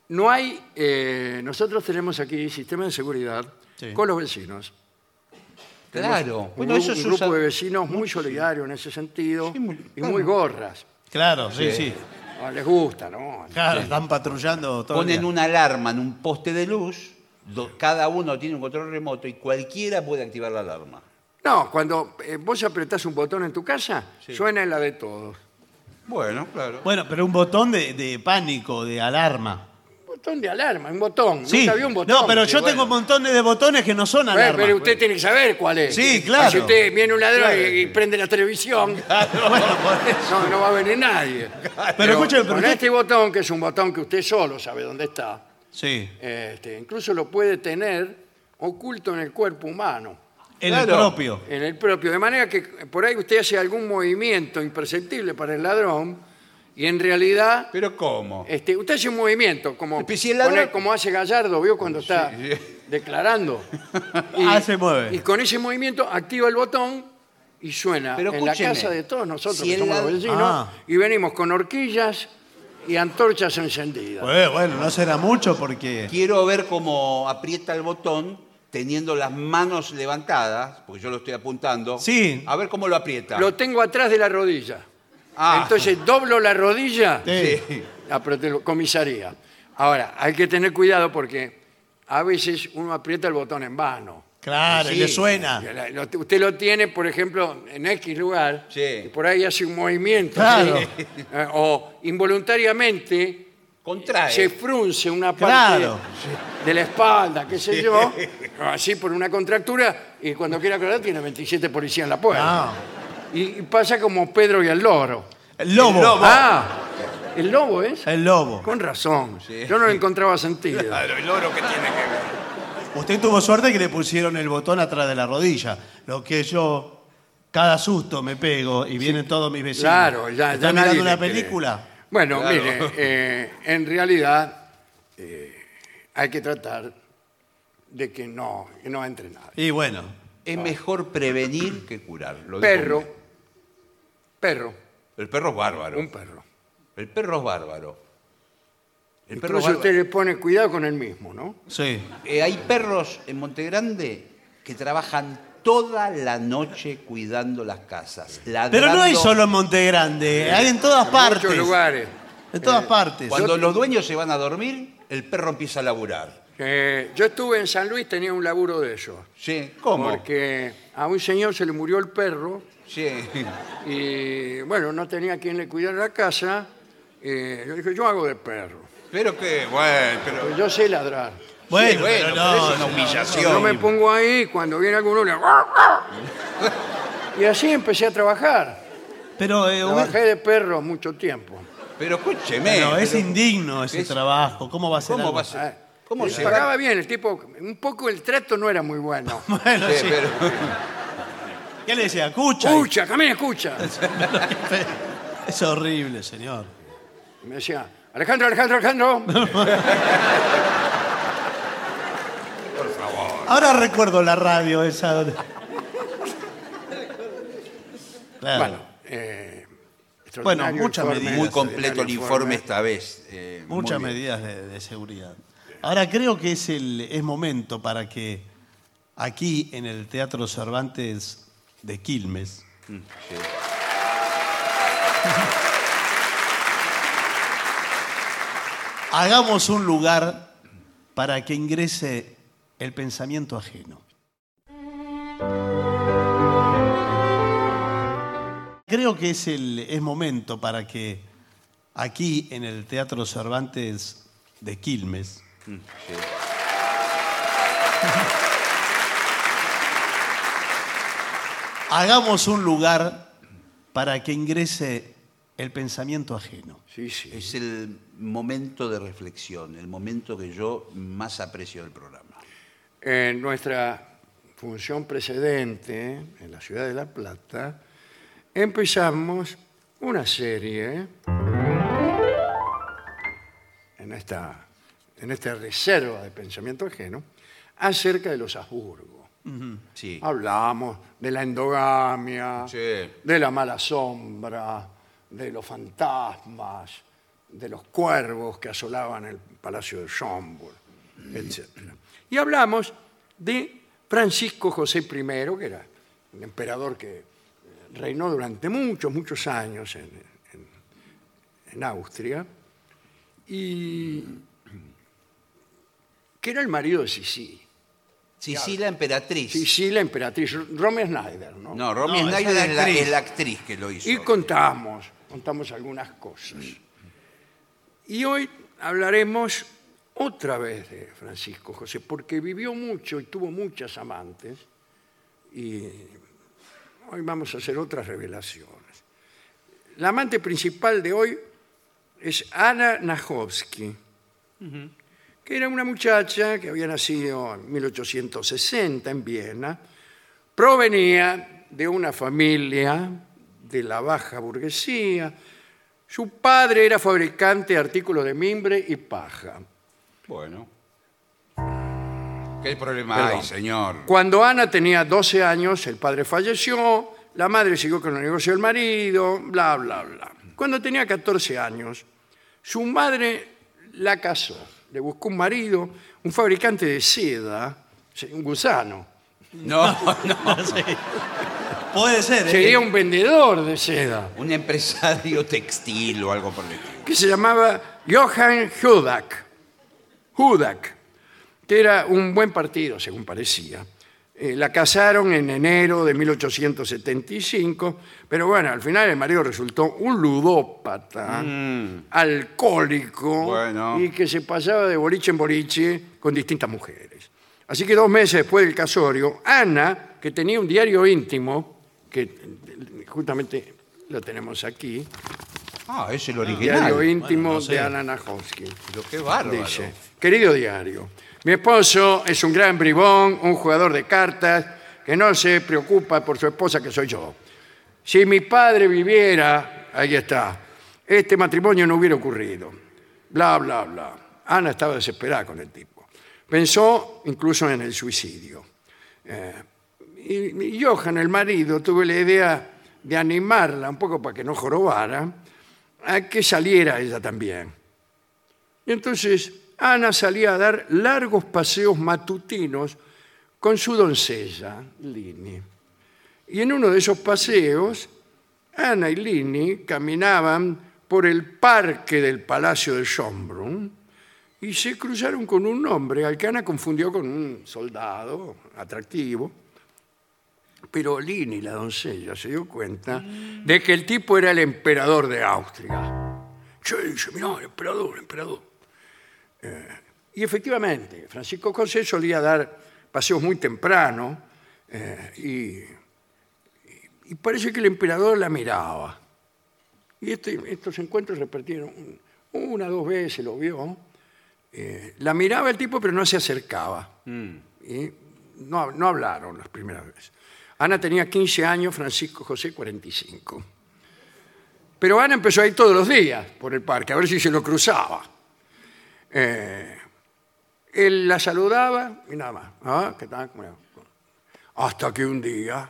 No hay, eh, nosotros tenemos aquí sistema de seguridad
Sí.
con los vecinos.
Claro.
Un
Bueno,
gru-
eso
un
es
grupo de vecinos muy solidario en ese sentido y muy gorras.
Claro, sí, sí.
Ah, les gusta, ¿no?
Claro, están patrullando todo. el
Ponen
día.
una alarma en un poste de luz, do- cada uno tiene un control remoto y cualquiera puede activar la alarma.
No, cuando eh, vos apretás un botón en tu casa, suena la de todos.
Bueno, claro.
Bueno, pero un botón de, de pánico, de alarma.
Botón de alarma, un botón.
Sí.
Nunca había un botón.
no, pero yo
Sí,
tengo
bueno.
montones de botones que no son
Bueno,
alarma. pues.
pero usted tiene que saber cuál es.
Sí, claro.
Si usted viene un ladrón y, y prende la
(laughs)
televisión,
Bueno, por eso.
no, no va a venir nadie.
Pero escúcheme, pero
con
usted-
este botón, que es un botón que usted solo sabe dónde está,
Sí.
este, incluso lo puede tener oculto en el cuerpo humano.
En el
Claro.
propio.
En el propio. De manera que por ahí usted hace algún movimiento imperceptible para el ladrón y en realidad
¿Pero cómo?
este, usted hace un movimiento como,
Pero si el ladrón-
pone- como hace Gallardo, ¿vio? Cuando está
(laughs)
declarando.
Ah, se mueve.
Y con ese movimiento activa el botón y suena
Pero
en la
escúcheme,
casa de todos nosotros
si
que
el
somos los
lad-
vecinos
Ah.
y venimos con horquillas y antorchas encendidas.
Bueno, bueno, no será mucho porque.
Quiero ver cómo aprieta el botón teniendo las manos levantadas, porque yo lo estoy apuntando.
Sí.
A ver cómo lo aprieta.
Lo tengo atrás de la rodilla.
Ah.
Entonces doblo la rodilla.
Sí.
Ah, pero te lo- comisaría. Ahora, hay que tener cuidado porque a veces uno aprieta el botón en vano.
Claro,
Sí.
le suena.
Y la- lo- Usted lo tiene, por ejemplo, en X lugar,
Sí.
y por ahí hace un movimiento.
Claro.
¿sí? Eh, O involuntariamente
Contrae.
se frunce una parte
Claro.
de la espalda, qué sé yo, así por una contractura, y cuando quiere acordar tiene 27 policías en la puerta.
Ah.
Y, y pasa como Pedro y el loro.
El lobo.
El lobo.
Ah, el lobo es.
El lobo.
Con razón. Yo no le encontraba sentido.
Claro, el oro que tiene que ver.
Usted tuvo suerte que le pusieron el botón atrás de la rodilla. Lo que yo, cada susto me pego y vienen todos mis vecinos.
Claro, ya, ya
Están
nadie
mirando una
le cree.
película.
Bueno,
Claro.
mire, eh, en realidad eh, hay que tratar de que no, que no entre nadie.
Y bueno,
Es mejor prevenir que curar. lo dijo
Perro,
un-
perro,
El perro es bárbaro.
un perro.
El perro es bárbaro. El perro es
Incluso
bárbaro.
usted le pone cuidado con el mismo, ¿no?
sí.
Eh, hay perros en Montegrande que trabajan toda la noche cuidando las casas.
Pero no
ladrando.
hay solo en Montegrande, hay en todas partes.
Muchos lugares.
En todas partes.
Cuando los dueños se van a dormir, el perro empieza a laburar.
Eh, yo estuve en San Luis, tenía un laburo de esos.
Sí, ¿cómo?
Porque a un señor se le murió el perro
Sí. (laughs)
y bueno, no tenía quien le cuidara la casa. eh, yo dije, yo hago de perro.
Pero que, bueno, pero.
Pues yo sé ladrar.
Bueno,
Sí, bueno,
pero
pero
no,
es
no.
una humillación.
Yo me pongo ahí, cuando viene alguno le... "Ah, Y así empecé a trabajar.
Pero, eh, Hugo-
Trabajé de perros mucho tiempo.
Pero escúcheme.
pero es
pero-
indigno ese
es-
trabajo. ¿Cómo va a ser?
¿Cómo
algo
va a ser?
Ah,
¿Cómo
y
se va?
pagaba bien, el tipo, un poco el trato no era muy
(laughs)
bueno.
así? (laughs) Bueno,
Sí,
sí.
pero-
¿Qué le decía? Cucha.
escucha, camina, escucha.
(laughs) Es horrible, señor.
Me decía, Alejandro, Alejandro,
(laughs)
Alejandro.
Ahora recuerdo la radio esa. donde- Claro.
Bueno, eh, extraordinario
muchas
informe,
medidas.
muy
extraordinario
completo el informe esta vez. eh, muy
Muchas
bien.
medidas de, de seguridad. Ahora creo que es, el, es momento para que aquí en el Teatro Cervantes de Quilmes
Mm,
(laughs) hagamos un lugar para que ingrese el pensamiento ajeno. Creo que es, el, es momento para que aquí en el Teatro Cervantes de (laughs) Quilmes. Hagamos un lugar para que ingrese el pensamiento ajeno.
Sí, sí.
Es el momento de reflexión, el momento que yo más aprecio del programa.
En Eh, nuestra función precedente, en la ciudad de La Plata, empezamos una serie en esta, en esta reserva de pensamiento ajeno acerca de los Habsburgo.
Sí.
Hablamos de la endogamia,
Sí.
de la mala sombra, de los fantasmas, de los cuervos que asolaban el palacio de Schomburg, etc. Y hablamos de Francisco José I, que era un emperador que eh, reinó durante muchos, muchos años en, en- en Austria, y que era el marido de Sisi.
Sicilia Emperatriz.
Sisi, la emperatriz, Romy Schneider, ¿no?
No, Romy
No, esa
Schneider
es la
es la,
actriz.
es la actriz que lo hizo.
Y contamos, contamos algunas cosas. Y hoy hablaremos otra vez de Francisco José, porque vivió mucho y tuvo muchas amantes. Y hoy vamos a hacer otras revelaciones. La amante principal de hoy es Ana Najovsky, que era una muchacha que había nacido en 1860 en Viena, provenía de una familia de la baja burguesía. Su padre era fabricante de artículos de mimbre y paja.
Bueno. ¿Qué problema hay,
Perdón.
señor?
Cuando Ana tenía 12 años, el padre falleció, la madre siguió con el negocio del marido, bla, bla, bla. Cuando tenía 14 años, su madre la casó, le buscó un marido, un fabricante de seda, un gusano.
No, (laughs) no.
Puede ser, ¿eh?
Sería un vendedor de seda.
Un empresario textil o algo por el estilo.
que se llamaba Johann Hudak, Hudak, que era un buen partido, según parecía. Eh, la casaron en enero de 1875, pero bueno, al final el marido resultó un ludópata, alcohólico,
Bueno.
y que se pasaba de boliche en boliche con distintas mujeres. Así que dos meses después del casorio, Ana, que tenía un diario íntimo, que eh, justamente lo tenemos aquí,
Ah, es el
Diario
original.
íntimo
Bueno, no sé.
de Ana Najovsky.
Pero qué bárbaro.
Dice, querido diario, mi esposo es un gran bribón, un jugador de cartas, que no se preocupa por su esposa que soy yo. Si mi padre viviera, ahí está, este matrimonio no hubiera ocurrido. Bla, bla, bla. Ana estaba desesperada con el tipo. Pensó incluso en el suicidio. Eh, y, y Johan, el marido, tuve la idea de animarla un poco para que no jorobara, a que saliera ella también. Y entonces Ana salía a dar largos paseos matutinos con su doncella, Lini. Y en uno de esos paseos, Ana y Lini caminaban por el parque del Palacio de Schombrun y se cruzaron con un hombre al que Ana confundió con un soldado atractivo. Pero Lini, la doncella, se dio cuenta de que el tipo era el emperador de Austria. Che, dice, mirá, el emperador, el emperador. Y efectivamente, Francisco José solía dar paseos muy temprano eh, y, y parece que el emperador la miraba. Y este- estos encuentros repartieron una, dos veces, lo vio. Eh, la miraba el tipo, pero no se acercaba. Y no, no hablaron las primeras veces. Ana tenía 15 años, Francisco José 45. Pero Ana empezó a ir todos los días por el parque, a ver si se lo cruzaba. Eh, él la saludaba y nada más. Ah, ¿qué tal? ¿Cómo le va? Hasta que un día,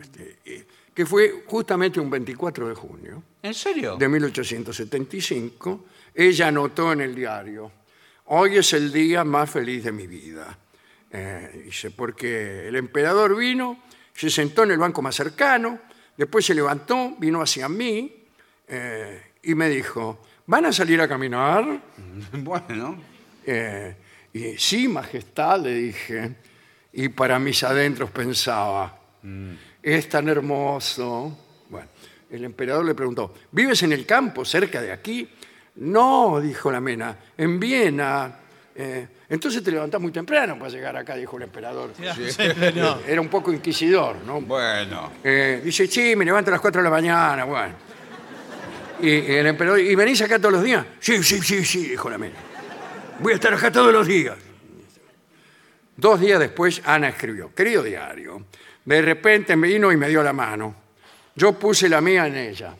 este, eh, que fue justamente un 24 de junio,
¿En serio?
de 1875, ella anotó en el diario, hoy es el día más feliz de mi vida. Eh, dice, porque el emperador vino, se sentó en el banco más cercano, después se levantó, vino hacia mí eh, y me dijo, ¿van a salir a caminar?
(laughs) Bueno,
Eh, y sí, majestad, le dije. Y para mis adentros pensaba, es tan hermoso. Bueno, el emperador le preguntó, ¿vives en el campo, cerca de aquí? No, dijo la mena, en Viena. Eh, entonces te levantás muy temprano para llegar acá, dijo el emperador.
No.
Era un poco inquisidor, ¿no?
bueno.
Eh, dice, sí, me levanto a las 4 de la mañana, bueno. Y, y el emperador, ¿y venís acá todos los días? Sí, sí, sí, sí, dijo la mina. Voy a estar acá todos los días. Dos días después, Ana escribió, querido diario, de repente me vino y me dio la mano. Yo puse la mía en ella.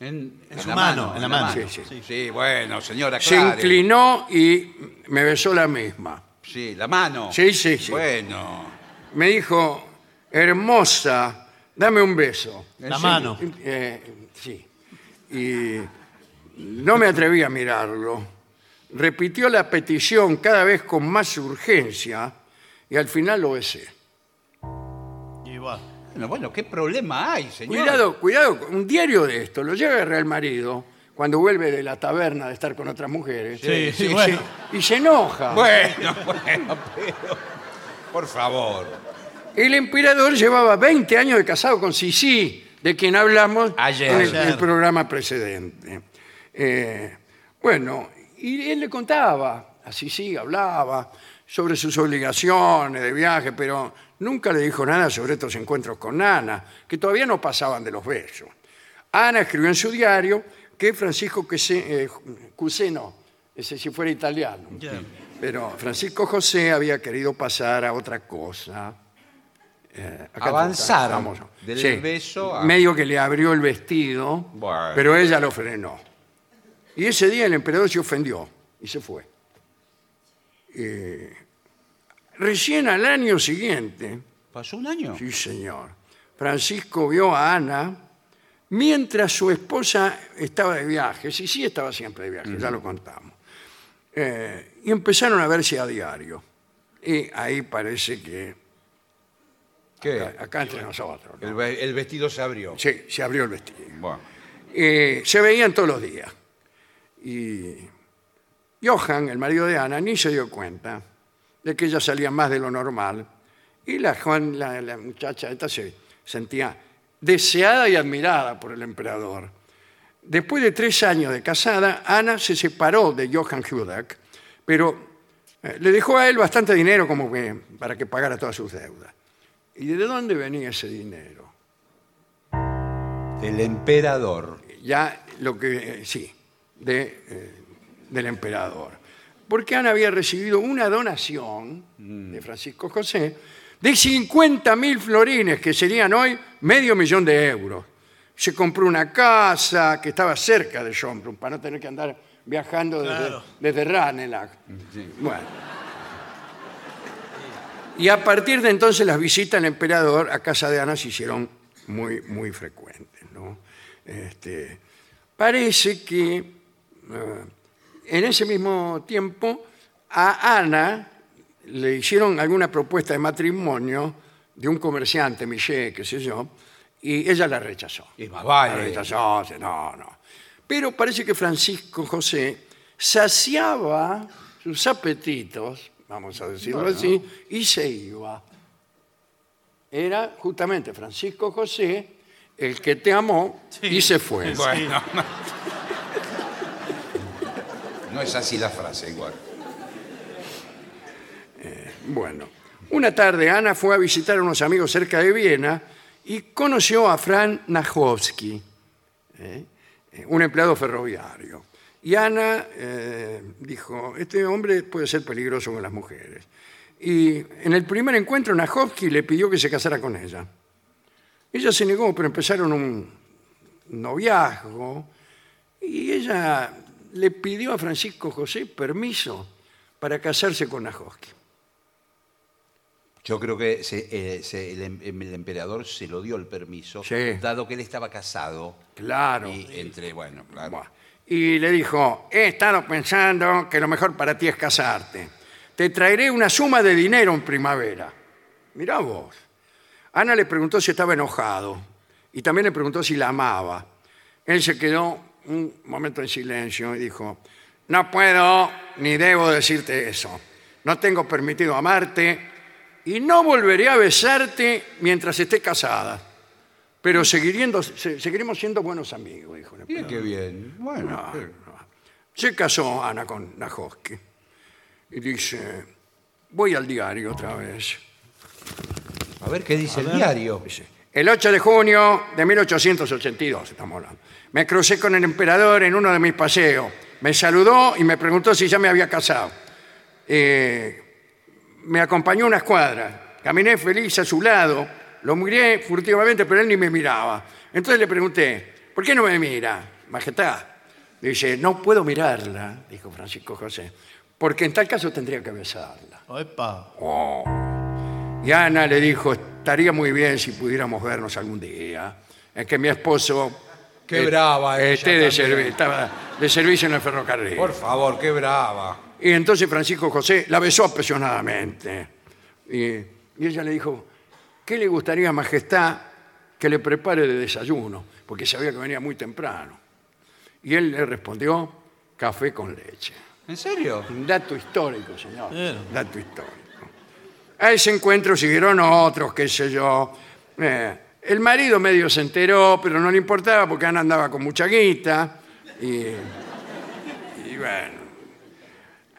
En, en
su mano, en la mano.
Sí, sí.
Sí, bueno, señora,
Se
claro.
inclinó y me besó la misma.
Sí, la mano.
Sí, sí, sí.
Bueno.
Me dijo, hermosa, dame un beso.
La mano.
Eh, sí. Y no me atreví a mirarlo. Repitió la petición cada vez con más urgencia y al final lo besé.
Y bueno.
Bueno, bueno, ¿qué problema hay, señor?
Cuidado, cuidado, un diario de esto lo lleva el Real Marido cuando vuelve de la taberna de estar con otras mujeres.
Sí, sí,
y,
bueno.
se, y se enoja.
Bueno, (laughs) bueno, pero. Por favor.
El emperador llevaba 20 años de casado con Sisi, de quien hablamos
Ayer.
en el,
Ayer.
el programa precedente. Eh, bueno, y él le contaba, a Sisi hablaba sobre sus obligaciones de viaje, pero nunca le dijo nada sobre estos encuentros con Ana, que todavía no pasaban de los besos. Ana escribió en su diario que Francisco Cuse- eh, Cuse no, ese si fuera italiano. Pero Francisco José había querido pasar a otra cosa. Eh, acá
Avanzaron
está, estamos.
del beso a-
Medio que le abrió el vestido,
Bueno.
pero ella lo frenó. Y ese día el emperador se ofendió y se fue. Eh, recién al año siguiente,
¿Pasó un año?
Sí, señor. Francisco vio a Ana mientras su esposa estaba de viaje. Sí, sí, estaba siempre de viaje, ya lo contamos. Eh, y empezaron a verse a diario. Y ahí parece que,
¿Qué?
acá entre nosotros, ¿no?
El, ve- el vestido se abrió.
Sí, se abrió el vestido.
Bueno.
Eh, se veían todos los días. Y Johan, el marido de Ana, ni se dio cuenta de que ella salía más de lo normal. Y la, Juan, la, la muchacha esta se sentía deseada y admirada por el emperador. Después de tres años de casada, Ana se separó de Johan Hudak, pero eh, le dejó a él bastante dinero como que- para que pagara todas sus deudas. ¿Y de dónde venía ese dinero?
El emperador.
ya lo que eh, sí, de, eh, del emperador. Porque Ana había recibido una donación de Francisco José de 50 mil florines, que serían hoy medio millón de euros. Se compró una casa que estaba cerca de Schönbrunn para no tener que andar viajando desde,
Claro.
desde Ranelagh. Bueno. Y a partir de entonces las visitas al emperador a casa de Ana se hicieron muy, muy frecuentes. ¿no? Este, parece que eh, en ese mismo tiempo a Ana le hicieron alguna propuesta de matrimonio de un comerciante, Miché, qué sé yo, y ella la rechazó.
Y más
La
vale.
rechazó, dice, no, no. Pero parece que Francisco José saciaba sus apetitos, vamos a decirlo así, y se iba. Era justamente Francisco José el que te amó y se fue.
Bueno. No, No es así la frase, igual.
Bueno, una tarde Ana fue a visitar a unos amigos cerca de Viena y conoció a Fran Najowski, ¿eh? Eh, un empleado ferroviario. Y Ana eh, dijo, este hombre puede ser peligroso con las mujeres. Y en el primer encuentro Najowski le pidió que se casara con ella. Ella se negó, pero empezaron un noviazgo y ella le pidió a Francisco José permiso para casarse con Najowski.
Yo creo que se- eh, se- el, em- el emperador se lo dio el permiso,
Sí.
dado que él estaba casado.
Claro.
Y entre, bueno, claro.
Buah. Y le dijo, he estado pensando que lo mejor para ti es casarte. Te traeré una suma de dinero en primavera. Mirá vos. Ana le preguntó si estaba enojado y también le preguntó si la amaba. Él se quedó un momento en silencio y dijo, no puedo ni debo decirte eso. No tengo permitido amarte y no volveré a besarte mientras esté casada. Pero seguiriendo- se- seguiremos siendo buenos amigos, dijo. el
Mira qué bien. Bueno,
no,
qué-
no. Se casó Ana con Najowski. Y dice, voy al diario otra vez.
a ver qué dice el diario.
Dice, el 8 de junio de 1882, estamos hablando, me crucé con el emperador en uno de mis paseos. Me saludó y me preguntó si ya me había casado. Eh, me acompañó unas cuadras. Caminé feliz a su lado. Lo miré furtivamente, pero él ni me miraba. Entonces le pregunté, ¿por qué no me mira, majestad? Dice, no puedo mirarla, dijo Francisco José, porque en tal caso tendría que besarla.
Opa.
Y Ana le dijo, estaría muy bien si pudiéramos vernos algún día. Es que mi esposo... eh,
Qué brava ella
esté de,
también.
servi- estaba de servicio en el ferrocarril.
Por favor, qué brava.
Y entonces Francisco José la besó apasionadamente. Y, y ella le dijo, ¿qué le gustaría, Majestad, que le prepare de desayuno? Porque sabía que venía muy temprano. Y él le respondió, café con leche.
¿En serio?
Un dato histórico, señor.
Claro.
Dato histórico. A ese encuentro siguieron otros, qué sé yo. Eh, el marido medio se enteró, pero no le importaba porque Ana andaba con mucha guita. Y, y bueno.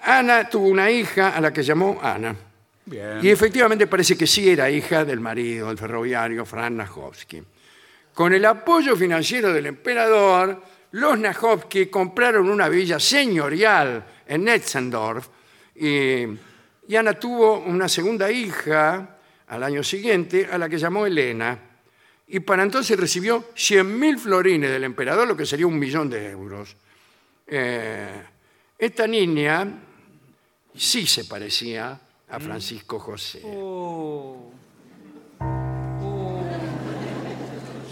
Ana tuvo una hija a la que llamó Ana. Y efectivamente parece que sí era hija del marido, del ferroviario Fran Najowski. Con el apoyo financiero del emperador, los Najovsky compraron una villa señorial en Netzendorf y, y Ana tuvo una segunda hija al año siguiente a la que llamó Elena y para entonces recibió 100.000 florines del emperador, lo que sería un millón de euros. Eh, esta niña sí se parecía a Francisco José.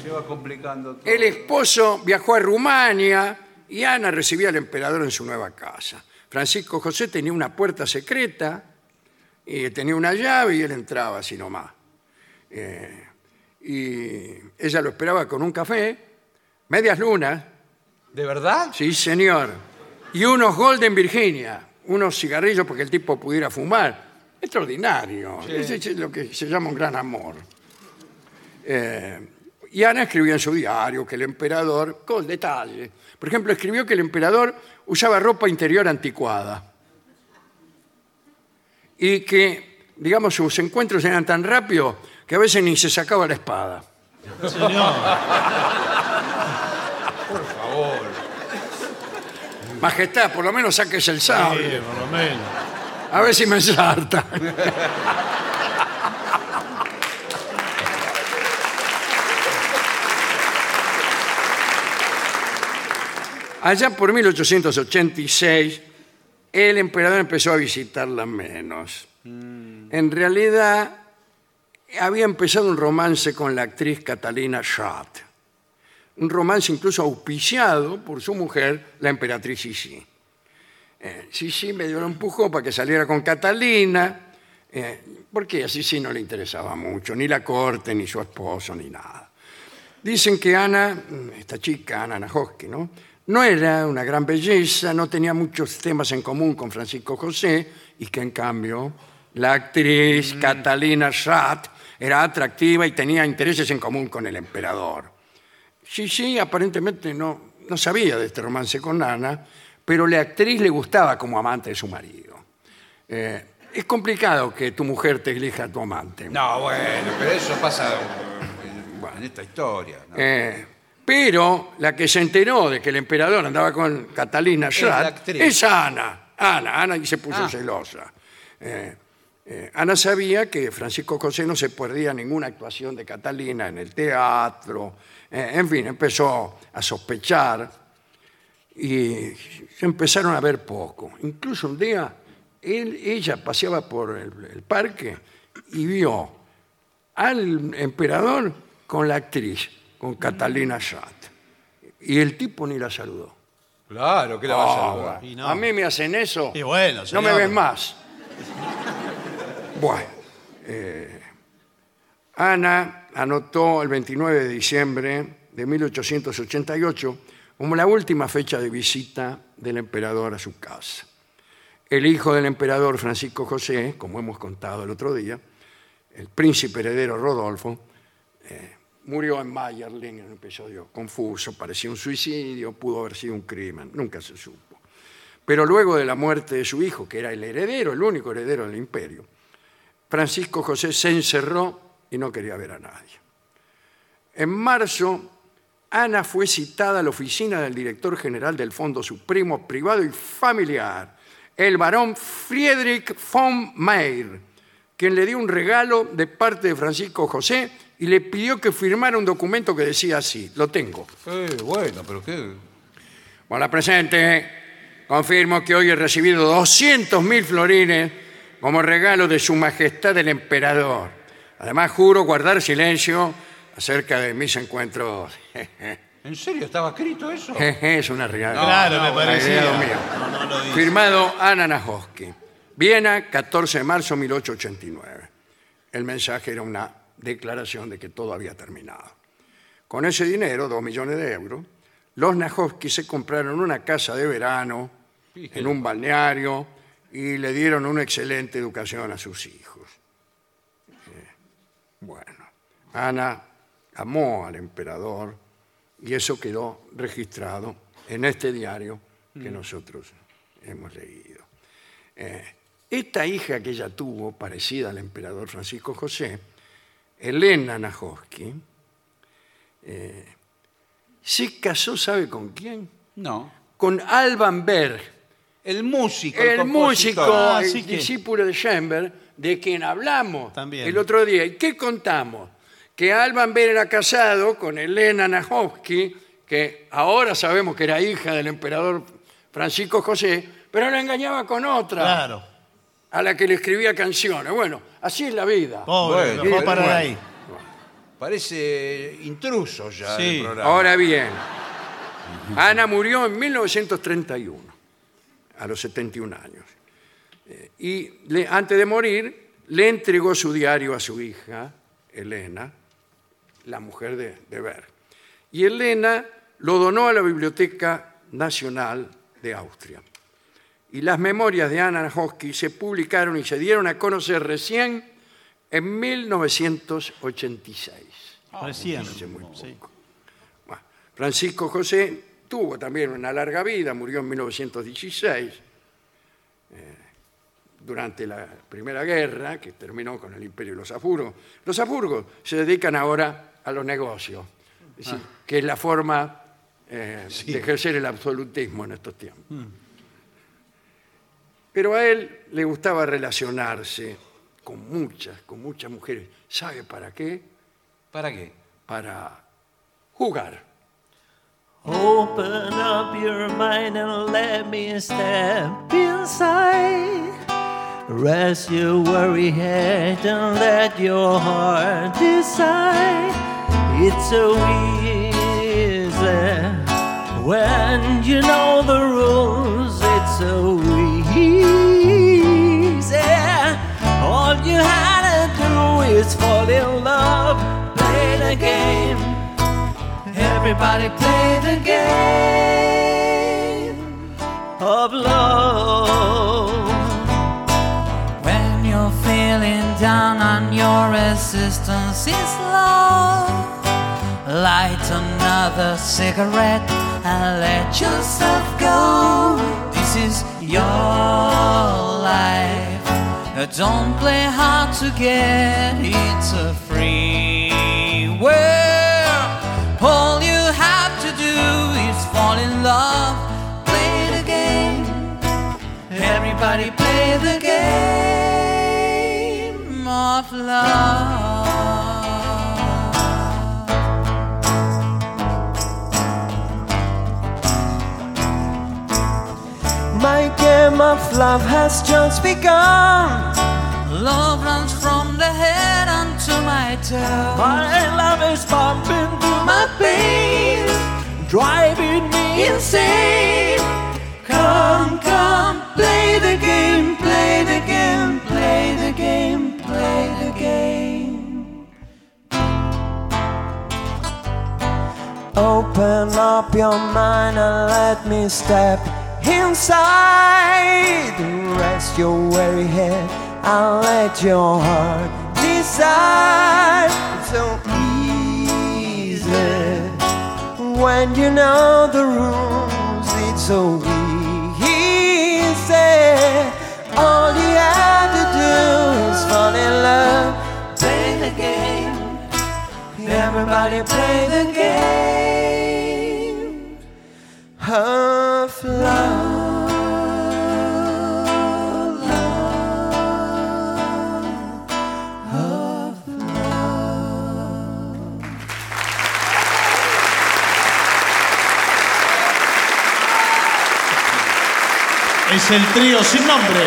Se va complicando todo.
El esposo viajó a Rumania y Ana recibía al emperador en su nueva casa. Francisco José tenía una puerta secreta y tenía una llave y él entraba así nomás. Eh, y ella lo esperaba con un café, medias lunas,
¿De verdad?
sí señor, y unos Golden Virginia, unos cigarrillos porque el tipo pudiera fumar. Extraordinario. Ese es lo que se llama un gran amor. Y Ana escribió en su diario que el emperador, con detalle, por ejemplo, escribió que el emperador usaba ropa interior anticuada y que, digamos, sus encuentros eran tan rápidos que a veces ni se sacaba la espada.
Señor.
Majestad, por lo menos saques el sable.
Sí, por lo menos.
A ver si me salta. Allá por 1886, el emperador empezó a visitarla menos. En realidad, había empezado un romance con la actriz Catalina Schott. Un romance incluso auspiciado por su mujer, la emperatriz Sisi. Eh, Sí, sí, medio lo empujó para que saliera con Catalina, eh, porque a Sisi no le interesaba mucho, ni la corte, ni su esposo, ni nada. Dicen que Ana, mm, esta chica, Ana Najoski, ¿no? No era una gran belleza, no tenía muchos temas en común con Francisco José, y que en cambio la actriz Catalina Schat era atractiva y tenía intereses en común con el emperador. Sí, sí, aparentemente no, no sabía de este romance con Ana, pero la actriz le gustaba como amante de su marido. Eh, es complicado que tu mujer te elija a tu amante.
No, bueno, pero eso pasa en, en esta historia. ¿no?
Eh, pero la que se enteró de que el emperador andaba con Catalina
la
Schatz
actriz. Ah.
es Ana. Ana, Ana y se puso celosa. Eh, eh, Ana sabía que Francisco José no se perdía ninguna actuación de Catalina en el teatro. Eh, en fin, empezó a sospechar y se empezaron a ver poco. Incluso un día él, ella paseaba por el, el parque y vio al emperador con la actriz, con Catalina Schatz. Y el tipo ni la saludó.
Claro, que la va a saludar.
bueno.
Ah,
Y no.
A mí me hacen eso.
Y bueno,
no
señor.
me ves más. bueno. eh, Ana anotó el 29 de diciembre de 1888 como la última fecha de visita del emperador a su casa. El hijo del emperador Francisco José, como hemos contado el otro día, el príncipe heredero Rodolfo, eh, murió en Mayerling en un episodio confuso, parecía un suicidio, pudo haber sido un crimen, nunca se supo. Pero luego de la muerte de su hijo, que era el heredero, el único heredero del imperio, Francisco José se encerró y no quería ver a nadie. En marzo, Ana fue citada a la oficina del director general del Fondo Supremo Privado y Familiar, el barón Friedrich von Meyer, quien le dio un regalo de parte de Francisco José y le pidió que firmara un documento que decía así, lo tengo.
Eh, bueno, pero qué.
Hola, presente. Confirmo que hoy he recibido 200.000 florines como regalo de su majestad el emperador. Además, juro guardar silencio acerca de mis encuentros. (laughs)
¿En serio estaba escrito eso?
es una regalo.
Claro, me
idea
parecía.
mía.
No, no lo dice.
Firmado Ana Najoski. Viena, 14 de marzo de 1889. El mensaje era una declaración de que todo había terminado. Con ese dinero, 2 millones de euros, los Najoski se compraron una casa de verano en un balneario y le dieron una excelente educación a sus hijos. Eh, bueno, Ana amó al emperador y eso quedó registrado en este diario que nosotros hemos leído. Eh, esta hija que ella tuvo, parecida al emperador Francisco José, Elena Najoski, eh, se casó, ¿sabe con quién?
No.
Con Alban Berg,
El músico.
el, músico,
compositor.
Ah,
el
sí que-
discípulo de Schoenberg, de quien hablamos
También.
el otro día. ¿Y qué contamos? Que Alban Berg era casado con Elena Najovsky, que ahora sabemos que era hija del emperador Francisco José, pero la engañaba con otra,
Claro.
a la que le escribía canciones. Bueno, así es la vida.
Pobre,
Bueno,
lo dejó
pero
parar
bueno.
ahí.
Parece intruso ya
Sí.
el programa.
Ahora bien, Ana murió en 1931, a los 71 años. Eh, Y le- antes de morir, le entregó su diario a su hija, Elena, la mujer de, de Berg. Y Elena lo donó a la Biblioteca Nacional de Austria. Y las memorias de Ana Hosky se publicaron y se dieron a conocer recién en 1986.
Recién. Sí.
Bueno, Francisco José tuvo también una larga vida, murió en 1916, eh, durante la Primera Guerra, que terminó con el Imperio de los Habsburgos. Los Habsburgos se dedican ahora a los negocios, es decir,
Ah.
que es la forma eh, de ejercer el absolutismo en estos tiempos.
Mm.
Pero a él le gustaba relacionarse con muchas, con muchas mujeres. ¿Sabe para qué?
¿Para qué?
Para jugar.
Open up your mind and let me step inside. Rest your weary head and let your heart decide. It's so easy when you know the rules. It's so easy. All you had to do is fall in love, play the game. Everybody play the game of love. When you're feeling down and your resistance is low, light another cigarette and let yourself go.
But don't play hard to get, it's a free world. All you have to do is fall in love, play the game. Everybody play the game of love.
My game of love has just begun.
Love runs from the head onto my toe.
My love is pumping through my veins, driving me insane. Come, come, play the game, play the game, play the game, play the game. Open up your mind and let me step inside. Rest your weary head and let your heart decide. It's so easy when you know the rules. It's so easy. All you have to do is fall in love, play the game. Everybody play the game of love.
Es el trío sin nombre.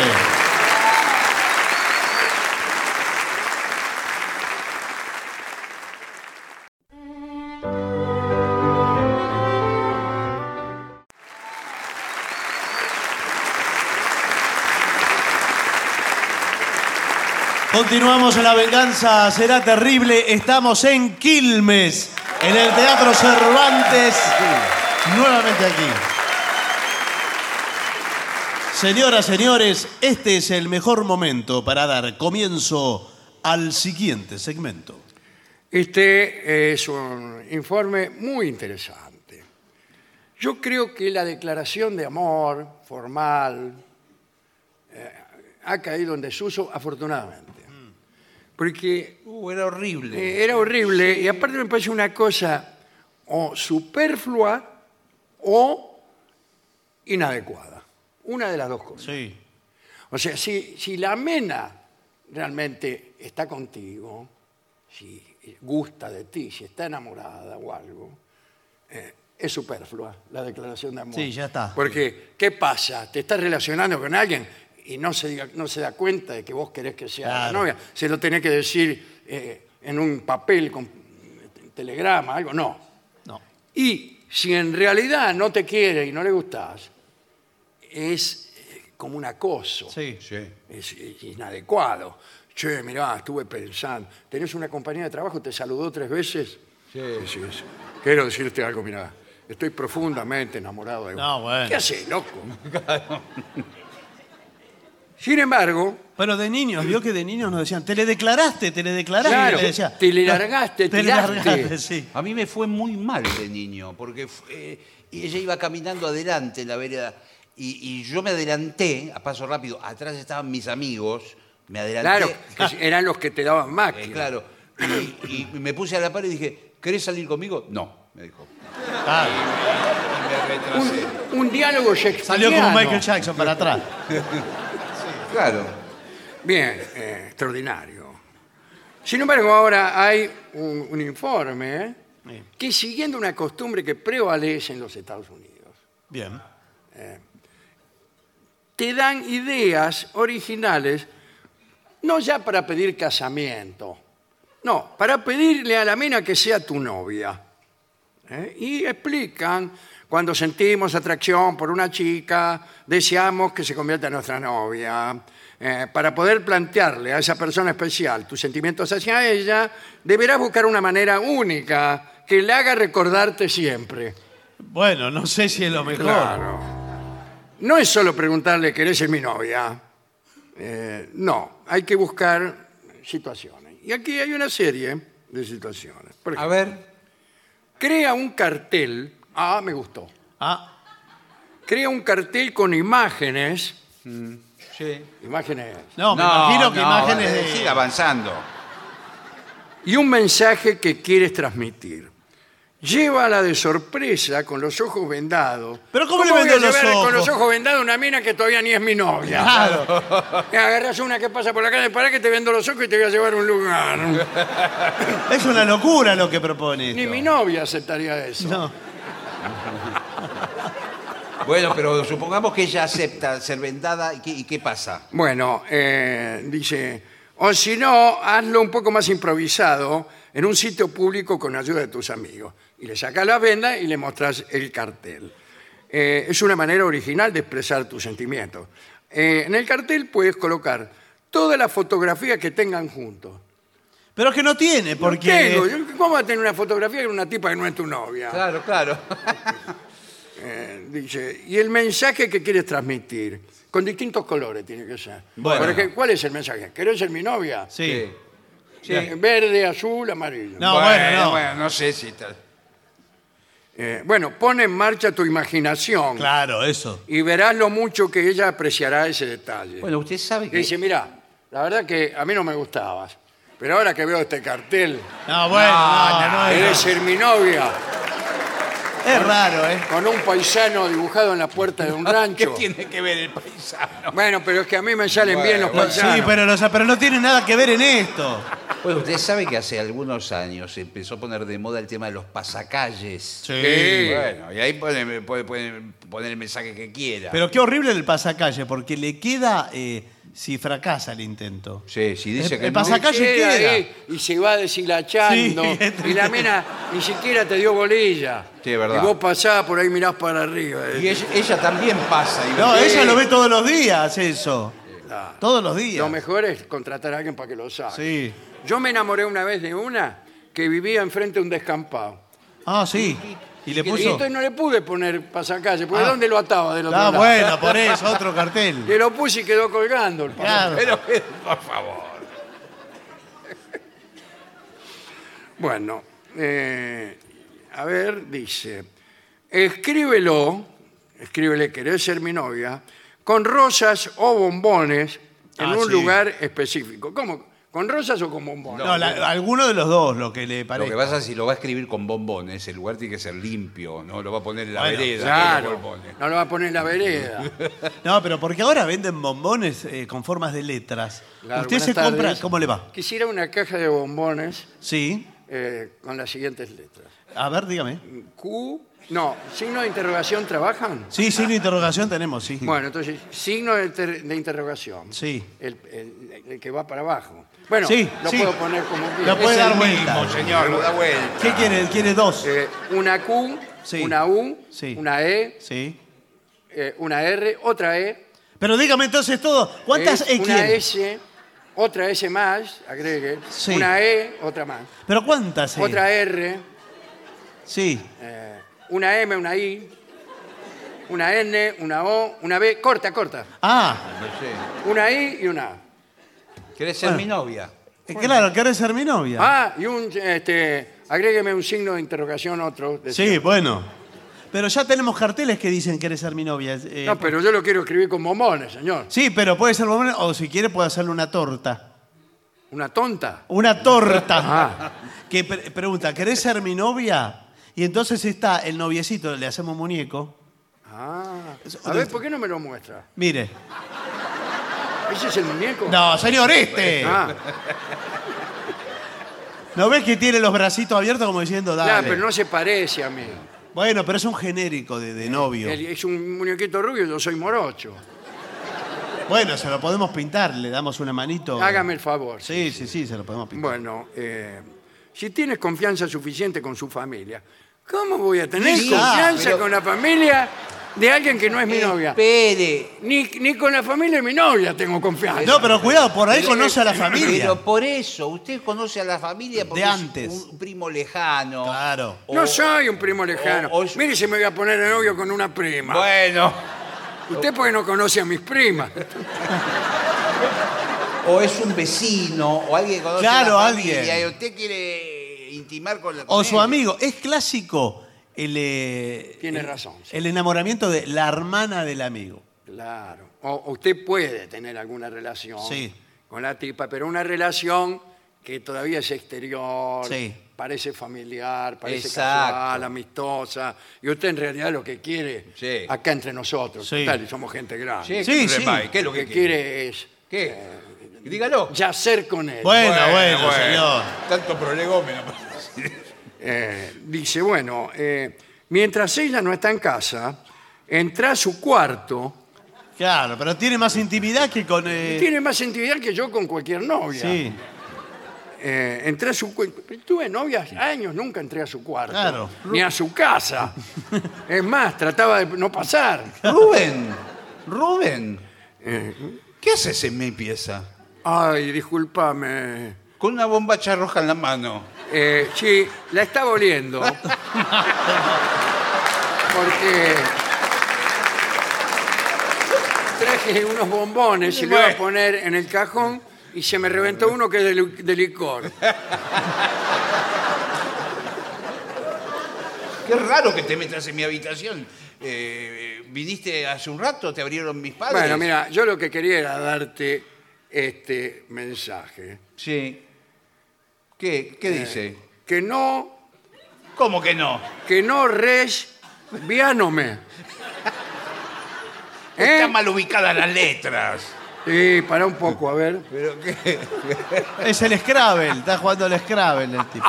Continuamos en La Venganza Será Terrible. Estamos en Quilmes, en el Teatro Cervantes. Nuevamente aquí. Señoras, señores, este es el mejor momento para dar comienzo al siguiente segmento.
Este es un informe muy interesante. Yo creo que la declaración de amor formal eh, ha caído en desuso afortunadamente. Porque
Uh, era horrible.
eh, era horrible y aparte me parece una cosa o superflua o inadecuada. Una de las dos cosas.
Sí.
O sea, si, si la amena realmente está contigo, si gusta de ti, si está enamorada o algo, eh, es superflua la declaración de amor.
Sí, ya está.
Porque, ¿qué pasa? Te estás relacionando con alguien y no se, diga- no se da cuenta de que vos querés que sea la
Claro.
novia. Se lo tenés que decir eh, en un papel, con telegrama, algo. No.
No.
Y si en realidad no te quiere y no le gustás, es eh, como un acoso.
Sí.
Sí.
Es, es inadecuado. Che, mirá, estuve pensando. Tenés una compañía de trabajo, te saludó tres veces. Sí. sí. Quiero decirte algo, mirá. Estoy profundamente enamorado de vos.
No, bueno.
¿Qué haces, loco? Sin embargo,
Pero de niños, vio que de niños nos decían, te le declaraste, te le declaraste.
Claro,
le decía,
te le largaste,
te le
tiraste".
largaste, sí.
A mí me fue muy mal de niño, porque fu- eh, y ella iba caminando adelante en la vereda y, y yo me adelanté a paso rápido. Atrás estaban mis amigos, me
claro,
adelanté.
que eran los que te daban máquina.
Eh, claro. Y, y me puse a la par y dije, ¿querés salir conmigo? No, me dijo.
Ah,
Me retrasé.
Un, un diálogo shakespeariano.
salió como Michael Jackson para atrás.
Claro.
Bien, eh, extraordinario. Sin embargo, ahora hay un, un informe
Sí.
que siguiendo una costumbre que prevalece en los Estados Unidos,
Bien.
te dan ideas originales, no ya para pedir casamiento, no, para pedirle a la mina que sea tu novia. ¿eh? Y explican, cuando sentimos atracción por una chica, deseamos que se convierta en nuestra novia. Eh, para poder plantearle a esa persona especial tus sentimientos hacia ella, deberás buscar una manera única que le haga recordarte siempre.
Bueno, no sé si es lo mejor.
Claro. No es solo preguntarle, ¿querés ser mi novia? Eh, no, hay que buscar situaciones. Y aquí hay una serie de situaciones. Por
A
ejemplo,
ver.
crea un cartel. Ah, me gustó.
Ah,
Crea un cartel con imágenes
Mm, Sí.
Imágenes.
No, me imagino que
no,
imágenes
vale,
de.
Siga avanzando.
Y un mensaje que quieres transmitir. Llévala de sorpresa con los ojos vendados.
¿Pero cómo le
voy a
vendo los
llevar Con
ojos?
los ojos vendados una mina que todavía ni es mi novia.
Claro.
Me agarras una que pasa por la calle, para que te vendo los ojos y te voy a llevar a un lugar.
Es una locura lo que propone.
Ni
esto.
mi novia aceptaría eso.
No.
Bueno, pero supongamos que ella acepta ser vendada. ¿Y qué, y qué pasa?
Bueno, eh, dice, o si no, hazlo un poco más improvisado en un sitio público con ayuda de tus amigos. Y le sacas la venda y le mostrás el cartel. Eh, es una manera original de expresar tus sentimientos. Eh, en el cartel puedes colocar todas las fotografías que tengan juntos.
Pero es que no tiene, porque.
Tengo, yo- ¿Cómo va a tener una fotografía con una tipa que no es tu novia?
Claro, claro.
Eh, dice, y el mensaje que quieres transmitir, con distintos colores tiene que ser.
Bueno.
Por ejemplo, ¿cuál es el mensaje? ¿Querés ser mi novia?
Sí.
Eh, Verde, azul, amarillo.
No, bueno, no.
bueno, no sé si está-
Eh, bueno, pone en marcha tu imaginación
Claro, eso.
y verás lo mucho que ella apreciará ese detalle.
Bueno, usted sabe
Que
que.
eh.
dice, mira, la verdad que a mí no me gustabas, pero ahora que veo este cartel,
No, bueno, no, Ah, no, es-
eres ser mi novia
Es raro, ¿eh?
con un paisano dibujado en la puerta
(laughs)
de un
(laughs)
Ah,
¿Qué
rancho.
tiene que ver el paisano?
Bueno, pero es que a mí me salen bien los
No,
paisanos.
Sí, pero, no- o sea, pero no tiene nada que ver en esto.
Bueno, usted sabe que hace algunos años se empezó a poner de moda el tema de los pasacalles.
Sí.
Bueno, y ahí pueden, pueden- pueden poner el mensaje que quiera.
Pero qué horrible el pasacalle, porque le queda eh, si fracasa el intento.
sí, si
Eh,
dice
el,
que
el
no.
pasacalle
Queda
queda.
ahí y se va deshilachando
Sí. (laughs)
y la mina ni siquiera te dio bolilla.
Sí, es verdad.
Y vos pasás por ahí mirás para arriba. eh.
Y ella, ella también pasa. y-
No,
Sí.
ella lo ve todos los días, eso.
Claro.
Todos los días.
Lo mejor es contratar a alguien para que lo saque.
Sí.
Yo me enamoré una vez de una que vivía enfrente de un descampado.
Ah, sí. Y le
Y
puso.
entonces no le pude poner pasacalle, porque
Ah.
¿dónde lo ataba del otro
Ah,
lado?
bueno, por eso,
(laughs)
otro cartel.
Le lo puse y quedó colgando el pasacalle.
Claro.
Pero, por favor.
Bueno, eh, a ver, dice, escríbelo, escríbele, querés ser mi novia, con rosas o bombones en
Ah,
un
sí.
lugar específico. ¿Cómo? ¿Con rosas o con bombones?
No, la- alguno de los dos, lo que le
Lo que
parece.
pasa es si lo va a escribir con bombones, el lugar tiene que ser limpio, ¿no? Lo va a poner en la
Bueno,
vereda. no lo
Claro,
pone.
no lo va a poner en la vereda.
No, pero porque ahora venden bombones eh, con formas de letras.
Claro,
Usted se
buenas tardes.
compra, ¿cómo le va?
Quisiera una caja de bombones
Sí.
eh, con las siguientes letras.
A ver, dígame.
Q, no, signo de interrogación trabajan.
Sí, sí, la interrogación tenemos, sí.
Bueno, entonces, signo de, inter- de interrogación.
Sí.
El, el- el que va para abajo. Bueno,
Sí,
lo
sí.
puedo poner como quiera.
Lo puede
Es
dar
el
vuelta.
mismo, señor, lo da vuelta.
¿Qué quiere? ¿Quiere dos?
Eh, una Q,
Sí.
una U,
Sí.
una E,
Sí.
eh, una R, otra E.
Pero dígame entonces todo. ¿Cuántas
eh,
E
Una
quiere?
S, otra S más, agregue.
Sí.
Una E, otra más.
¿Pero cuántas E?
Otra R,
Sí.
eh, una M, una I, una N, una O, una B, corta, corta.
Ah,
No sé.
Una I y una A.
¿Querés ser mi novia?
eh, claro, ¿querés ser mi novia?
Ah, y un, este, agrégueme un signo de interrogación otro. decía.
sí, bueno. Pero ya tenemos carteles que dicen querés ser mi novia. eh,
No, pero yo lo quiero escribir con bombones, señor.
Sí, pero puede ser bombón, o si quiere puede hacerle una torta.
Una tonta.
Una torta.
(laughs)
(laughs)
Ah.
Que pre- pregunta, ¿querés ser mi novia? Y entonces está el noviecito, le hacemos muñeco.
Ah. A ver, ¿por qué no me lo muestra?
Mire.
¿Ese es el muñeco?
No, señor, este.
Ah,
¿No ves que tiene los bracitos abiertos como diciendo, dale?
claro, pero no se parece a mí.
Bueno, pero es un genérico de, de novio.
Él es un muñequito rubio, yo soy morocho.
Bueno, se lo podemos pintar, le damos una manito.
Hágame el favor.
Sí, sí, sí, se lo podemos pintar.
Bueno, eh, si tienes confianza suficiente con su familia, ¿cómo voy a tener
Sí,
confianza
pero- Eh,
con la familia de alguien que no es mi novia?
Espere.
Ni, ni con la familia de mi novia tengo confianza.
No, pero cuidado, por ahí conoce a la familia.
Pero por eso, usted conoce a la familia porque
De
es
antes.
un primo lejano.
Claro.
No soy un primo lejano.
o- o-
Mire si me voy a poner de novio con una prima.
Bueno,
Usted porque no conoce a mis primas.
o es un vecino, o alguien que conoce
Claro,
a la
alguien.
familia, y usted quiere intimar con la
O
con
su
ella.
amigo. Es clásico el. eh,
Tiene
el-
razón, sí.
El enamoramiento de la hermana del amigo.
Claro. O o usted puede tener alguna relación
Sí.
con la tipa, pero una relación que todavía es exterior,
Sí.
parece familiar, parece
Exacto.
casual, amistosa, y usted en realidad lo que quiere,
Sí.
acá entre nosotros,
Sí.
tal, y somos gente grande,
Che,
Sí,
¿qué
sí.
remai? ¿Qué es
lo
lo
que
que
quiere es
¿Qué? Dígalo.
yacer con él.
Bueno, bueno, señor.
Tanto prolegómeno.
Eh, dice, bueno, eh, mientras ella no está en casa, entra a su cuarto,
Claro, pero tiene más intimidad que con. eh,
tiene más intimidad que yo con cualquier novia.
Sí,
Eh, entré a su cuarto. Tuve novias años, nunca entré a su cuarto.
Claro.
Ni a su casa. es más, trataba de no pasar.
Rubén, Rubén, ¿qué haces en mi pieza?
Ay, discúlpame.
Con una bombacha roja en la mano.
Eh, sí, la estaba oliendo. Porque. Traje unos bombones y lo iba a poner en el cajón y se me reventó uno que es de, lu- de licor.
Qué raro que te metas en mi habitación. Eh, ¿Viniste hace un rato? ¿Te abrieron mis padres?
Bueno, mira, yo lo que quería era darte este mensaje.
Sí. ¿Qué, qué
Eh.
dice?
Que no
¿Cómo que no?
que no res viánome. ¿Eh?
Están mal ubicadas las
(laughs)
letras.
Sí, para un poco, a ver.
es el Scrabble, está jugando al Scrabble el tipo.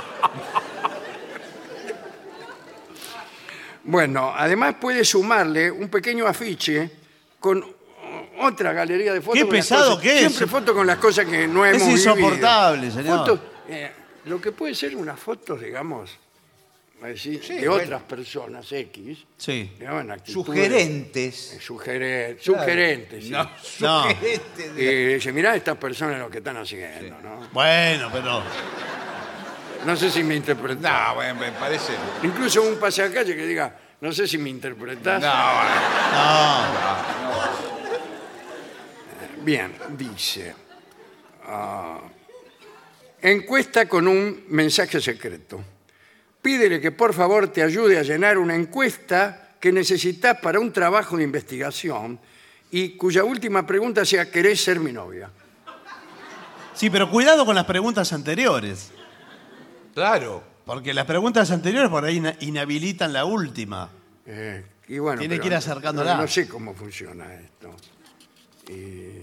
Bueno, además puede sumarle un pequeño afiche con o- otra galería de fotos.
Qué
con las
pesado
cosas-
que es.
Siempre fotos con las cosas que no hemos
Es insoportable,
vivido.
señor.
Fotos, eh, lo que puede ser unas fotos, digamos, a decir, de
bueno.
otras personas X,
Sí.
digamos, en actitudes-
Sugerentes.
Sugeren- sugerentes. sí. Eh.
No,
No.
sugerentes.
Y dice, mirá estas personas lo que están haciendo, ¿no?
Bueno, pero.
No sé si me interpretaste.
No, bueno, me parece.
Incluso un paseacalle que diga, no sé si me interpretás.
No, bueno.
No.
Bien, dice. ah, encuesta con un mensaje secreto. Pídele que por favor te ayude a llenar una encuesta que necesitas para un trabajo de investigación y cuya última pregunta sea, ¿querés ser mi novia?
Sí, pero cuidado con las preguntas anteriores.
Claro.
Porque las preguntas anteriores por ahí ina- inhabilitan la última.
Eh, y bueno,
Tiene
pero
que ir acercándola.
No, no sé cómo funciona esto. Y-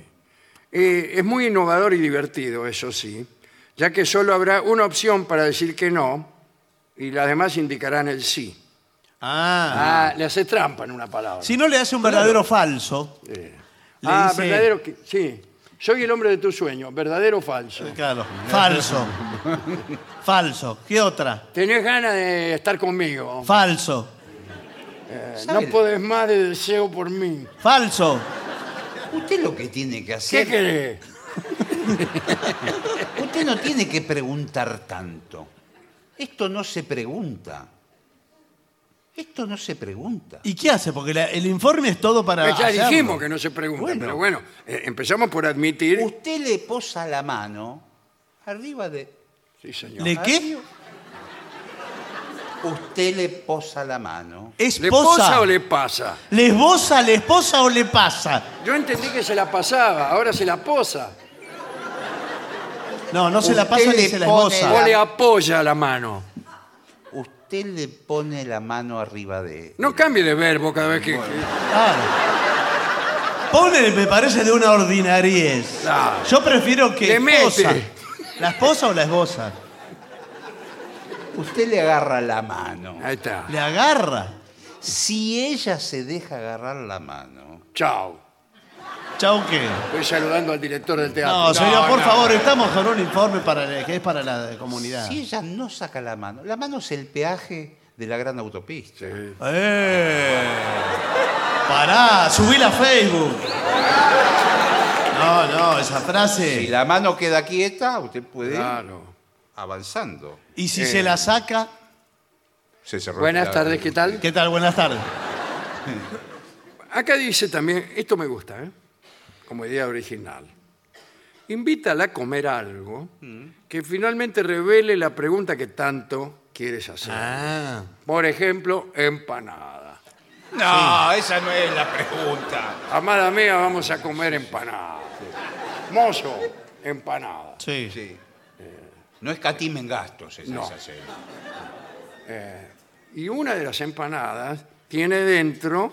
eh, es muy innovador y divertido, eso sí, ya que solo habrá una opción para decir que no y las demás indicarán el sí.
Ah.
Ah, le hace trampa en una palabra.
Si no le hace un verdadero falso. le
ah,
dice-
verdadero que- Sí. Soy el hombre de tu sueño, verdadero o falso.
Claro,
(laughs)
falso. falso. ¿Qué otra?
Tenés ganas de estar conmigo.
Falso.
Eh, no podés más de deseo por mí.
Falso.
Usted lo que tiene que
¿Qué
hacer.
querés?
Usted no tiene que preguntar tanto. Esto no se pregunta. Esto no se pregunta.
¿Y qué hace? Porque la- el informe es todo para.
Eh, ya
hacerlo.
dijimos que no se pregunta, pero bueno, eh, empezamos por admitir.
Usted le posa la mano arriba de.
Sí, señor.
¿Le qué?
Usted le posa la mano.
¿Le posa
Esposa.
o le pasa?
¿Le esboza, le esposa o le pasa?
Yo entendí que se la pasaba, ahora se la posa.
No, no se la
Usted
pasa ni
le
se la
pone
O
esboza.
la-
le apoya la mano.
Usted le pone la mano arriba de.
No cambie de verbo cada vez que...
Claro. Pone, me parece, de una ordinariez.
Claro.
Yo prefiero que.
Le
esposa.
mete.
¿La esposa o la esboza?
Usted le agarra la mano.
Ahí está.
Le agarra.
Si ella se deja agarrar la mano.
Chao.
Chau, ¿qué?
Estoy saludando al director del teatro.
No, señor, por favor, estamos con un informe para la- que es para la comunidad.
Si ella no saca la mano. La mano es el peaje de la gran autopista.
¡Eh! Pará, subí la Facebook. No, no, esa
Si
frase.
la mano queda quieta, usted puede ir
Claro.
avanzando.
Y si se la saca,
Se cerró
Buenas
la-
tardes, ¿qué tal?
¿qué tal? Buenas tardes.
Acá dice también, esto me gusta, ¿eh? como idea original. Invítala a comer algo que finalmente revele la pregunta que tanto quieres hacer.
Ah.
Por ejemplo, empanada.
No, esa no es la pregunta.
Amada mía, vamos a comer empanada. Mozo, empanada.
Sí. (laughs)
Sí. No escatimen gastos esas
No.
hacer.
Y una de las empanadas tiene dentro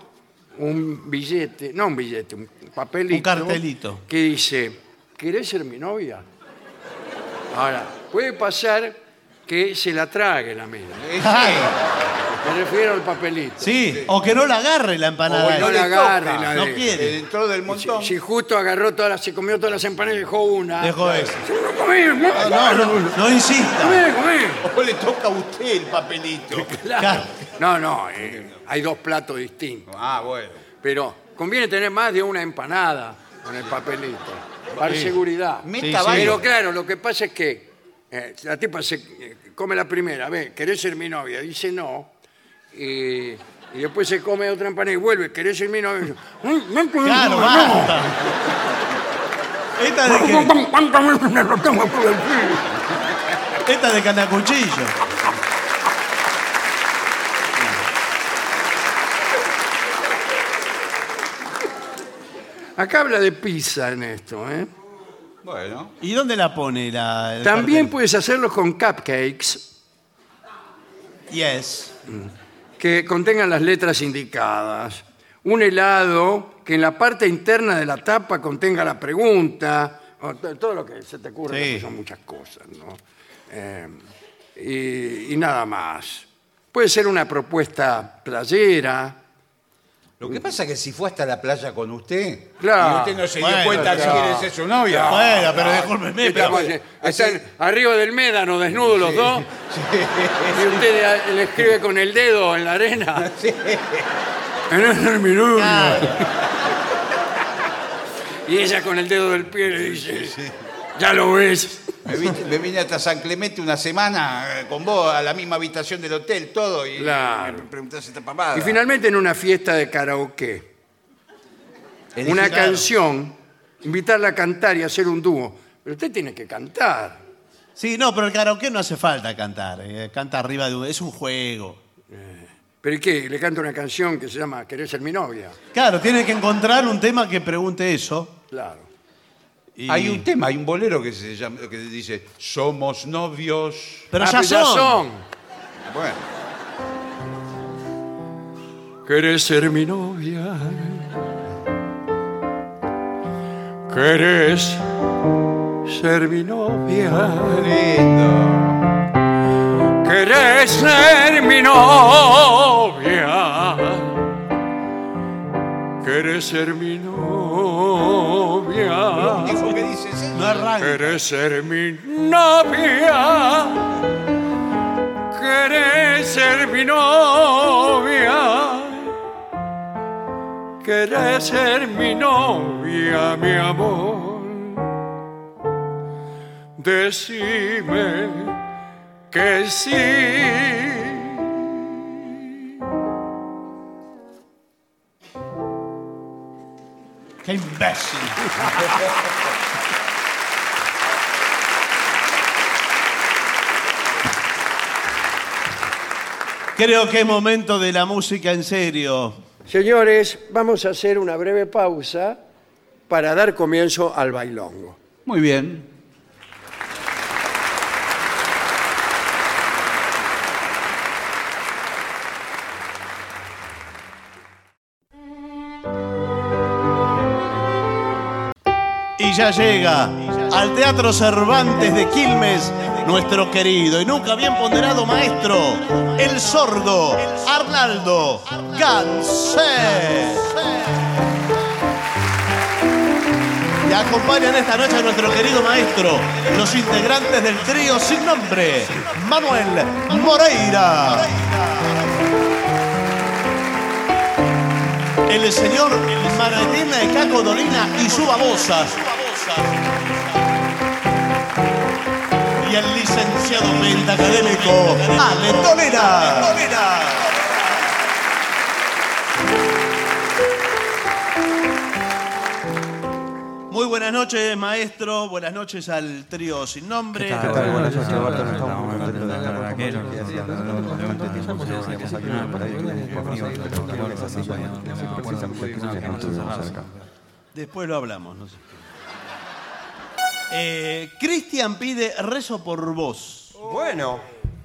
un billete, no un billete, un papelito.
Un cartelito.
Que dice, ¿querés ser mi novia? Ahora, puede pasar que se la trague la mina.
Eh, sí.
Me refiero al papelito.
Sí, o que no la agarre la empanada.
O no la
le
agarre,
toca,
la
no
deje.
quiere.
Eh, Dentro del
Si,
montón.
si justo agarró todas las, se comió todas las empanadas y dejó una.
Dejó eso.
Yo no comí, Ah, no,
No, no, no, no insista.
comí, comí.
O le toca a usted el papelito.
Claro.
No, no, eh, hay dos platos distintos.
Ah, bueno.
Pero conviene tener más de una empanada con el papelito, para seguridad.
Meta
sí.
Pero
varios.
claro, lo que pasa es que eh, la tipa se eh, come la primera, ve, ¿querés ser mi novia? Dice no. Y, y después se come otra empanada y vuelve, ¿querés ser mi novia? Dice, "Ay, no, no,
Claro,
no".
basta. Esta de que, esta de canacuchillo.
Acá habla de pizza en esto, ¿eh?
Bueno.
¿Y dónde la pone la? el
También
cartel?
puedes hacerlo con cupcakes
Yes.
que contengan las letras indicadas. Un helado que en la parte interna de la tapa contenga la pregunta, o to- todo lo que se te ocurre,
Sí.
que son muchas cosas, ¿no? Eh, y, y nada más. Puede ser una propuesta playera.
Lo que pasa es que si fue hasta la playa con usted,
Claro.
y usted no se
Bueno,
dio cuenta si
claro.
quiere ser su novia.
Bueno, pero discúlpeme, pero
Estamos, eh, están arriba del médano, desnudos los dos. Y usted a- le escribe con el dedo en la arena. En el minuto. Y ella con el dedo del pie le dice, ya lo ves.
Me, vine,
(laughs)
me vine hasta San Clemente una semana eh, con vos a la misma habitación del hotel, todo, y
Claro.
me preguntás esta papá.
Y finalmente en una fiesta de karaoke, una canción, invitarla a cantar y hacer un dúo. Pero usted tiene que cantar.
Sí, no, pero el karaoke no hace falta cantar. eh, Canta arriba de un... Es un juego.
¿Pero y qué? Le canta una canción que se llama ¿Querés ser mi novia?
Claro, tiene que encontrar un tema que pregunte eso.
Claro.
y-
Hay un tema, hay un bolero que se llama, que dice Somos novios.
Pero
Ah,
ya,
pues ya
son.
Bueno,
¿Querés ser mi novia? ¿Querés ser mi novia?
lindo.
¿Querés ser mi novia? ¿Querés ser mi novia?
Dijo que dice, sí.
No arranca.
¿Querés ser mi novia? ¿Querés ser mi novia? ¿Querés ser mi novia, mi amor? Decime que sí.
Qué imbécil. Creo que es momento de la música en serio.
Señores, vamos a hacer una breve pausa para dar comienzo al bailongo.
Muy bien.
Y ya llega al Teatro Cervantes de Quilmes nuestro querido y nunca bien ponderado maestro, el sordo Arnaldo Gansé. Y acompañan esta noche a nuestro querido maestro, los integrantes del trío sin nombre, Manuel Moreira. El señor Maratín Caco Dolina y su babosas. Y el licenciado pentacadémico Ale Dolina. Muy buenas noches, maestro. Buenas noches al trío sin nombre.
¿Qué tal? Buenas noches, Roberto. No estamos muy contentos, la verdad que no quería decir, no, no, no, no entendimos, no queríamos opinar por ahí, tuvimos conmigo, pero bueno, es así, bueno, precisamente las cosas que no estuvimos cerca.
Después lo hablamos. No sé. Eh, Cristian pide rezo por vos.
Bueno,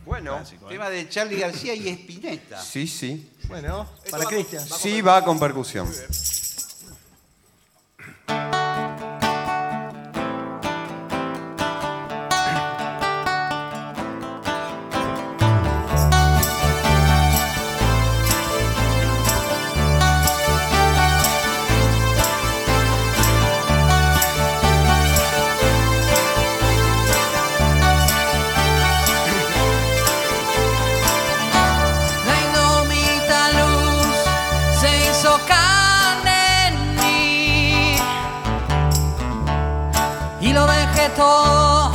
bueno.
Tema de Charlie García y Espineta.
Sí, sí.
Bueno, para Cristian.
Sí va con percusión.
La indomita luz se hizo carne en mí y lo dejé todo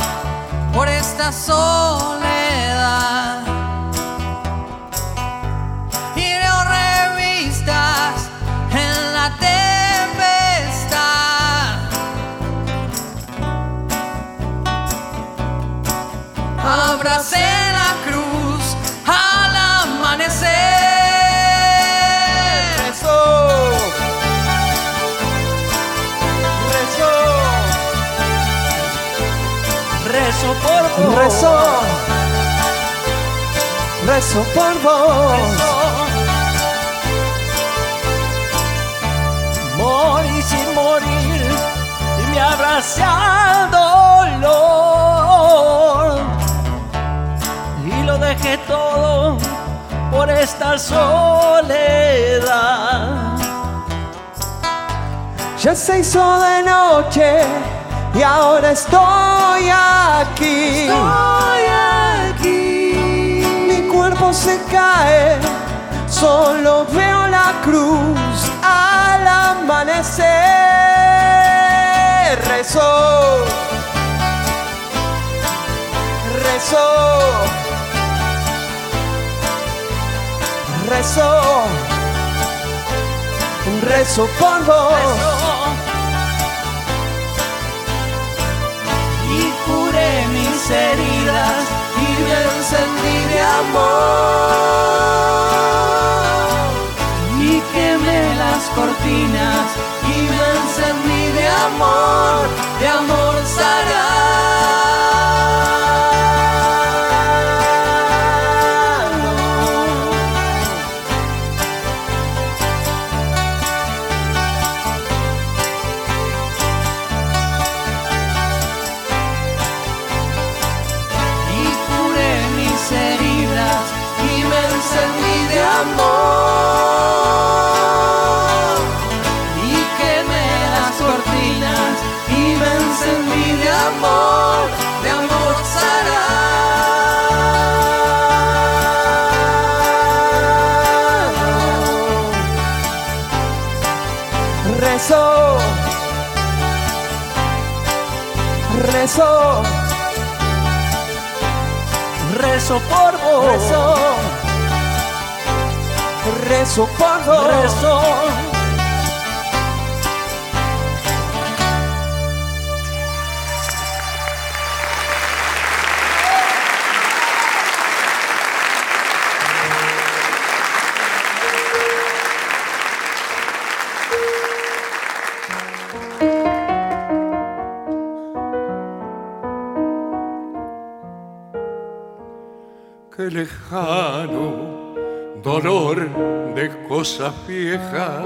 por esta soledad. Y leo revistas en la tempestad. abracé la cruz al amanecer.
Rezo, rezo,
Rezo por vos.
Rezo, rezo por vos,
Morí sin morir y me abracé al dolor. Y lo dejé todo por esta soledad.
ya se hizo de noche y ahora estoy aquí.
Estoy aquí.
Mi cuerpo se cae, solo veo la cruz al amanecer. Rezo, rezo, rezo, rezo por vos.
y curé mis heridas y me encendí de amor y quemé las cortinas y me encendí de amor de amor sarado
y curé mis heridas y me encendí de amor y quemé las cortinas y me encendí de amor de amor sarado
Rezo, rezo,
rezo por vos
rezo, rezo por vos.
rezo
Qué lejano dolor de cosas viejas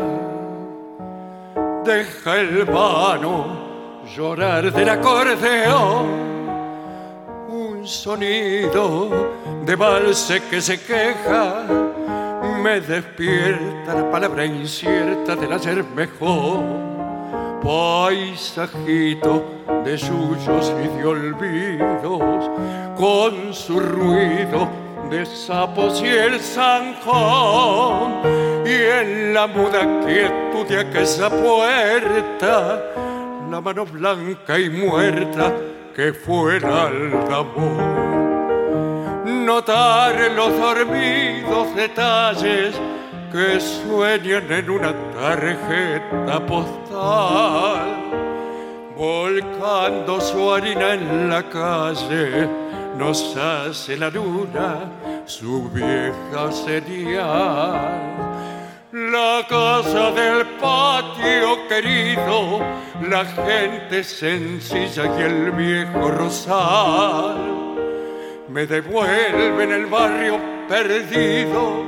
deja el vano llorar del acordeón un sonido de valse que se queja me despierta la palabra incierta del hacer mejor paisajito de suyos y de olvidos, con su ruido de sapos y el zanjón, y en la muda quietud de aquella puerta, la mano blanca y muerta que fue el aldamón notar los dormidos detalles que sueñan en una tarjeta postal.
volcando su harina en la calle, nos hace la luna su vieja señal. La casa del patio querido, la gente sencilla y el viejo rosal me devuelven el barrio perdido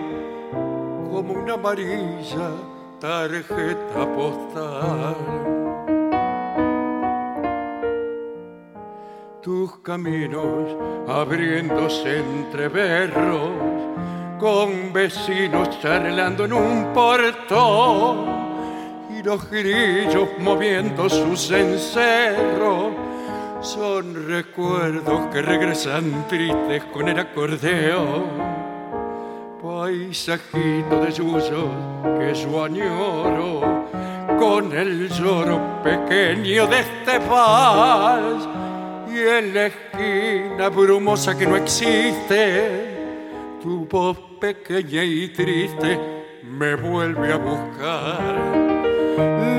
como una amarilla tarjeta postal. tus caminos abriéndose entre berros, con vecinos charlando en un portón y los grillos moviendo sus encerros. Son recuerdos que regresan tristes con el acordeón, paisajito de yuyo que yo añoro, con el lloro pequeño de este vals y en la esquina brumosa que no existe, tu voz pequeña y triste me vuelve a buscar.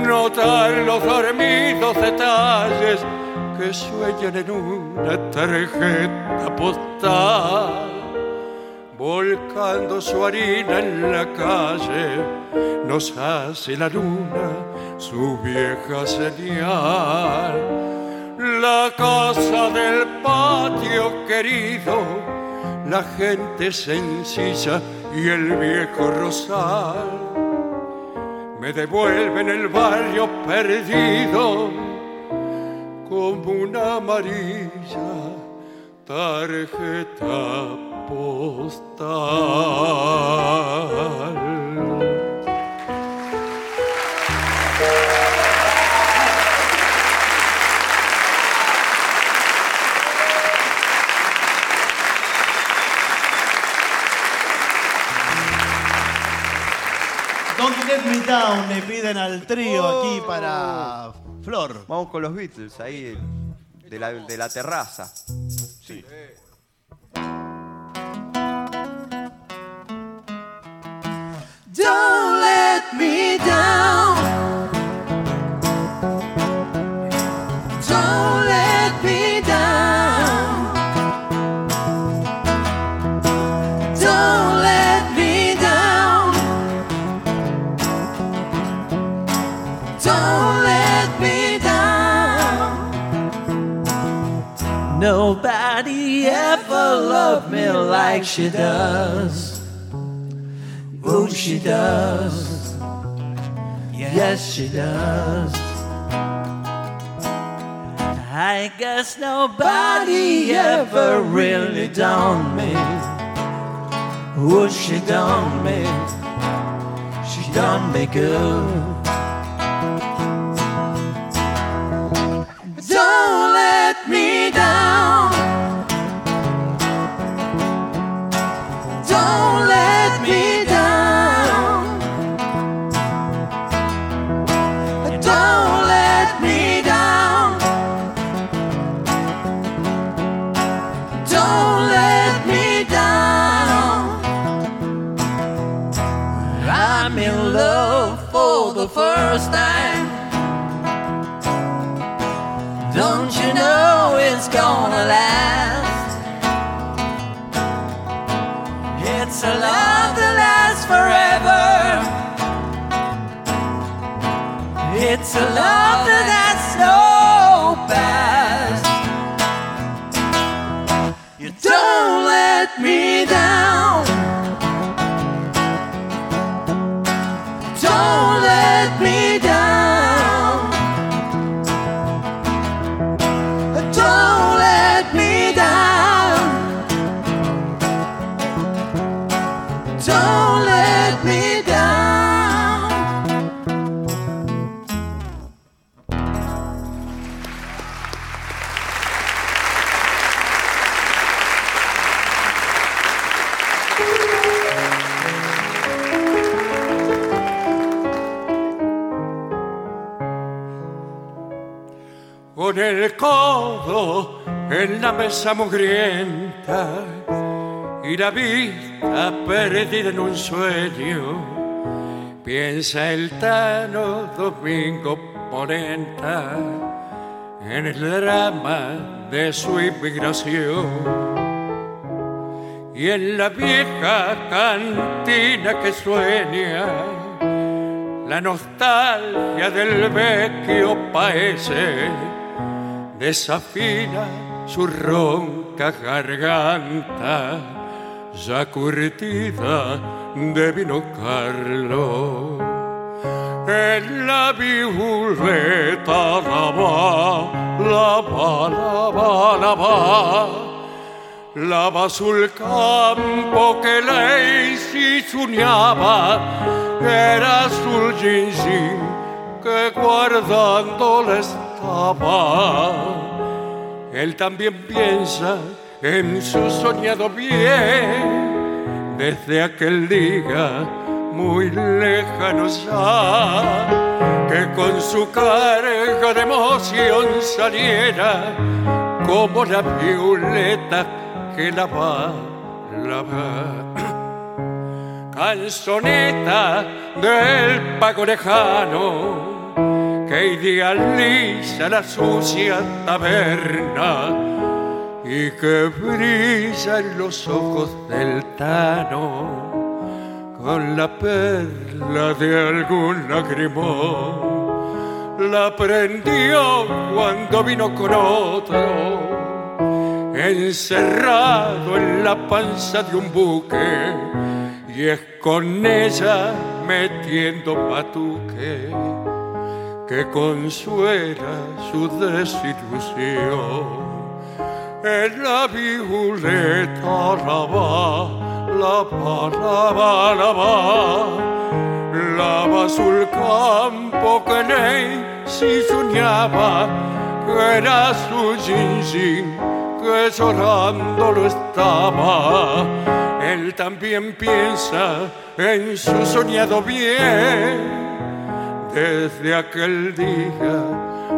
Notar los dormidos detalles que sueñan en una tarjeta postal, volcando su harina en la calle, nos hace la luna su vieja señal. La casa del patio querido, la gente sencilla y el viejo rosal me devuelven el barrio perdido como una amarilla tarjeta postal.
Don't Let Me Down le piden al trío aquí para Flor.
Vamos con los Beatles ahí de la, de la terraza.
Don't let me down. Don't let me down. Don't let me down. Don't let me down.
Nobody ever loved me like she does. Oh, she does. Yes, she does. I guess nobody ever really done me. Oh, she done me. She done me good.
Don't let me down. Don't let me down. Don't let me down. Don't let me down. I'm in love for the first time. Don't you know it's gonna last? It's a love that lasts forever. It's a love that has no past. You don't let me down. Don't let me down. Don't let me down. Don't let me down.
con el codo en la mesa mugrienta y la vista perdida en un sueño. Piensa el Tano Domingo Ponenta
en el drama de su inmigración y en la vieja cantina que sueña la nostalgia del vecchio paese desafina su ronca garganta ya curtida de vino Carlo en la viuleta la va, la va, la va, la va lava sul campo che lei si sognava era sul ginsin che guardando le stava él también piensa en su soñado bien desde aquel día muy lejano ya Ah, que con su carga de emoción saliera como la violeta que la va, la va. Canzoneta del pago lejano que idealiza la sucia taberna y que brilla en los ojos del Tano con la perla de algún lagrimón. La prendió cuando vino con otro encerrado en la panza de un buque y es con ella metiendo patuque que consuela su desilusión. En la violeta la va, la va, la va, la va, lava sul campo que lei si soñaba que era su ginjin que llorando lo estaba. Él también piensa en su soñado bien. Desde aquel día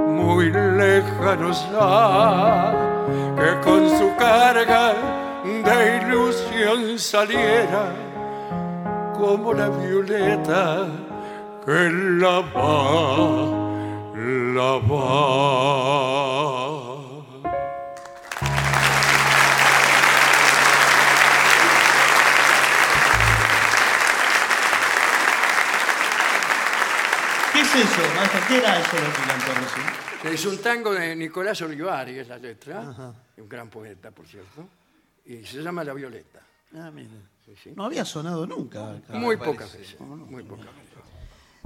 muy lejano ya, que con su carga de ilusión saliera como la violeta que la va,
Ah.
la va.
¿Qué es eso, maestro? ¿Qué era eso lo que cantó recién?
Es un tango de Nicolás Olivari, es la letra, un gran poeta, por cierto, y se llama La Violeta.
Ah, mira. No había sonado nunca.
Ah,
acá.
Muy pocas veces, muy pocas veces.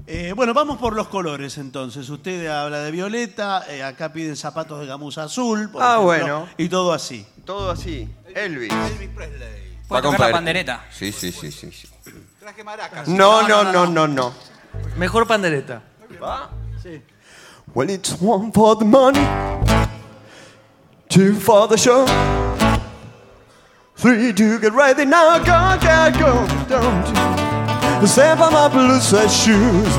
Eh, bueno, vamos por los colores entonces. Usted habla de violeta, eh, acá piden zapatos de gamuza azul. por
Ah, bueno.
Y todo así.
Todo así. Elvis.
Puede tocar la pandereta.
Sí, sí, sí, sí. sí.
Traje maracas.
No, no, no, no, no.
Mejor pandereta.
Well, it's one for the money, two for the show, three to get ready now. Go, go, go, don't you step on my blue suede shoes.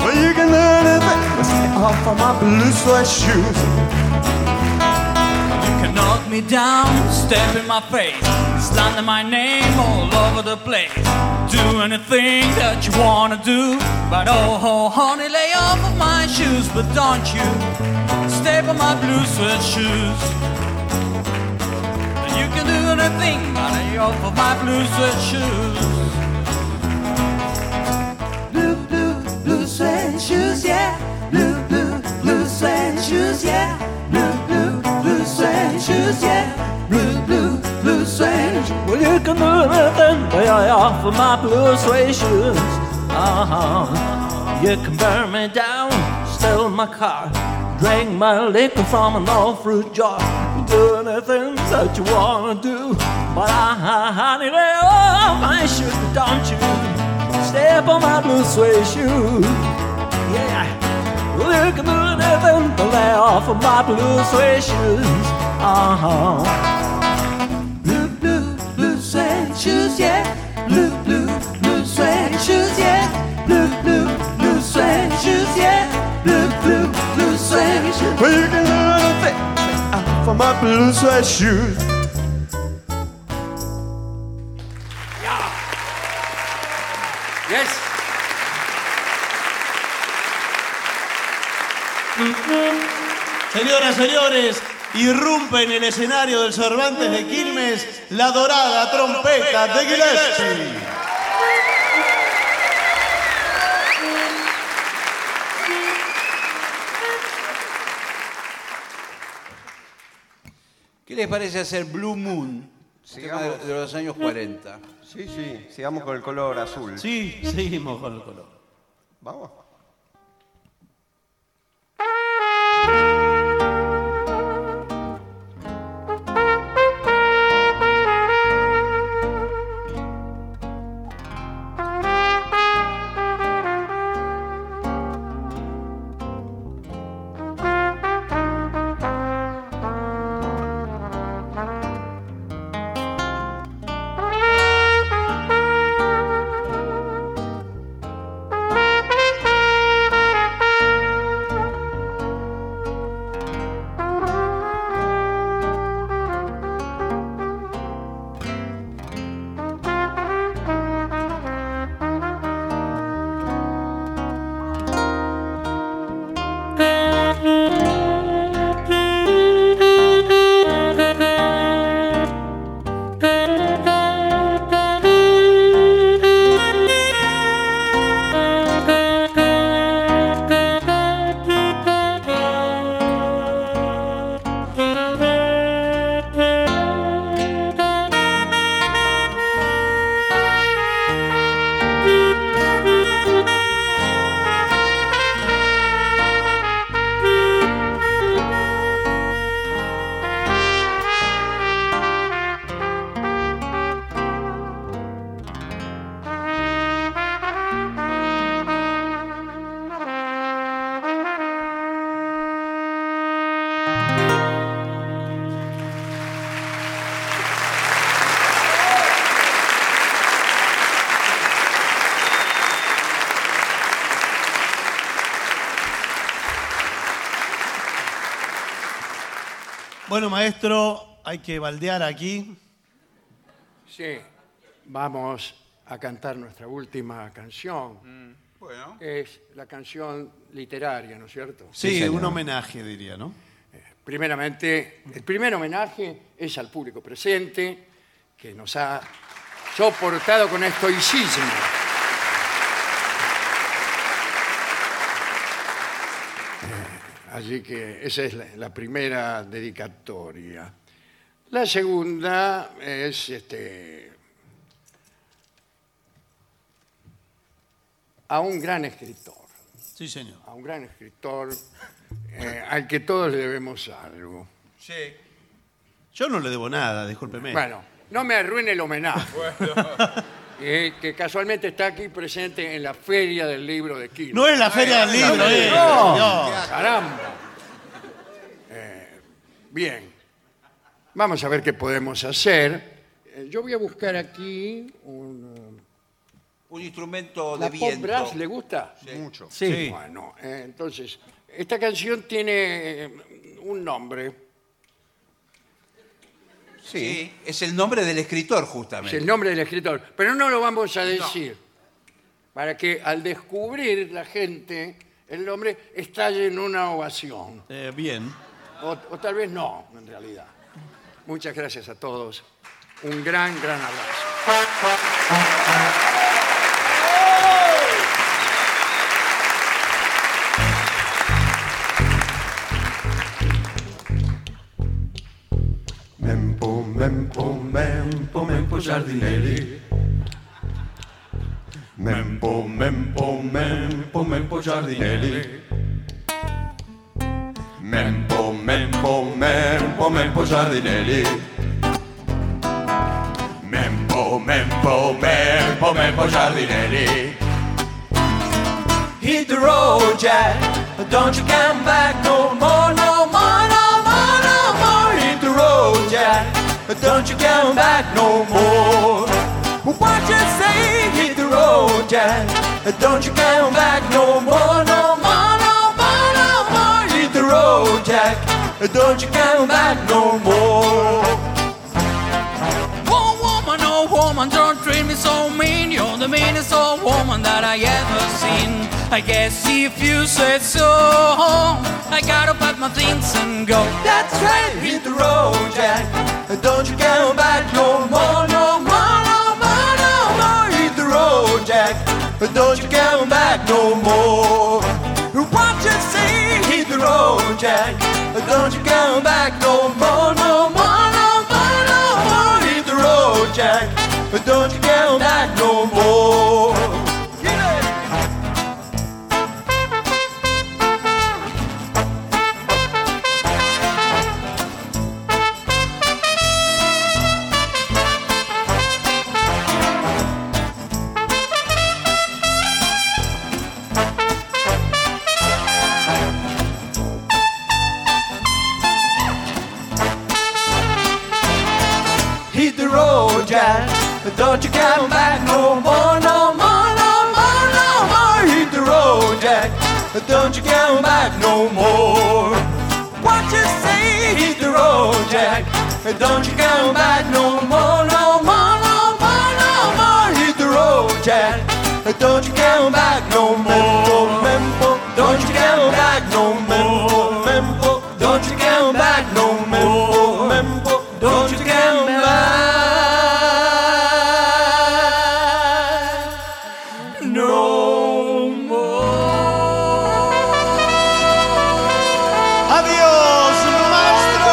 Well, you can learn it but stay off of my blue suede shoes.
Can knock me down, step in my face, slander my name all over the place. Do anything that you wanna do, but oh, oh honey, lay off of my shoes, but don't you step on my blue suede shoes. And you can do anything, but lay off of my blue suede shoes. Blue, blue, blue suede shoes, yeah. Blue, blue, blue suede shoes, yeah. Blue, blue, blue suede shoes, yeah. Blue, blue, blue suede shoes.
Well, you can do anything, but I offer my blue suede shoes. Uh-huh. You can burn me down, steal my car, drink my liquor from an old fruit jar. Do anything that you wanna do, but I, honey, lay off my shoes, don't you? Step on my blue suede shoes, yeah. Well, you can do anything, but lay off of my blue suede shoes, uh-huh. Blue, blue, blue suede shoes, yeah. Blue, blue, blue suede shoes, yeah. Blue, blue, blue suede shoes, yeah. Blue, blue, blue suede shoes.
Well, you can learn a thing stay off of ah, my blue suede shoes.
Yes.
Señoras, señores, irrumpe en el escenario del Cervantes de Quilmes la dorada trompeta de Gillespie.
¿Qué les parece hacer Blue Moon? Tema de-
Sigamos.
de los años 40.
Sí, sí, sigamos con el color azul.
Sí, seguimos con el color.
Vamos.
Bueno, maestro, hay que baldear aquí.
Sí. Vamos a cantar nuestra última canción.
Bueno.
Es la canción literaria, ¿no es cierto?
Sí, un homenaje, diría, ¿no?
Primeramente, el primer homenaje es al público presente que nos ha soportado con estoicismo. Eh, Así que esa es la, la primera dedicatoria. La segunda es este, a un gran escritor
Sí, señor.
a un gran escritor eh, al que todos le debemos algo.
Yo no le debo nada,
(laughs)
discúlpeme.
Bueno, no me arruine el homenaje. Eh, que casualmente está aquí presente en la Feria del Libro de Quilmes.
No es la feria del libro, eh. señor.
¡Caramba! Eh, bien, vamos a ver qué podemos hacer. Eh, Yo voy a buscar aquí un...
Un instrumento
eh,
de
¿La pop
viento.
brass le gusta?
Mucho.
Sí.
Bueno, eh, entonces, esta canción tiene eh, un nombre.
Sí. es el nombre del escritor,
Es
justamente.
el nombre del escritor. Pero no lo vamos a decir. Para que al descubrir la gente el nombre estalle en una ovación.
Eh, bien.
O, o tal vez no, en realidad. Muchas gracias a todos. Un gran, gran abrazo.
Mempo, mempo, mempo, mempo giardinelli. Mempo, mempo, mempo, mempo giardinelli. Mempo, mempo, mempo, mempo giardinelli. Mempo, mempo, mempo, mempo giardinelli.
Hit the road, Jack. Don't you come back no more, no more, no more, no more. Hit the road, Jack. Don't you come back no more. What you say? Hit the road, Jack. Don't you come back no more, no more, no more, no more. Hit the road, Jack. Don't you come back no more. Oh woman, oh woman, don't treat me so so mean, you're the meanest old woman that I ever seen. I guess if you said so, I gotta pack my things and go.
That's right, hit the road, Jack. Don't you come back no more, no more, no more, no more. Hit the road, Jack. Don't you come back no more. What you say? Hit the road, Jack. Don't you come back no more, no more, no more, no more. Hit the road, Jack. Don't you come back no more. Hit it. hit the road, Jack. But don't you come back no more, no more, no more, no more. Hit the road, Jack. But don't you come back no more. What you say? Hit the road, Jack. But don't you come back no more, no more, no more, no more. Hit the road, Jack. But don't you come back no more. Mempo, don't you come back no more. Mempo, don't you come back no more. Mempo, don't you come back no more.
¡Adiós, maestro!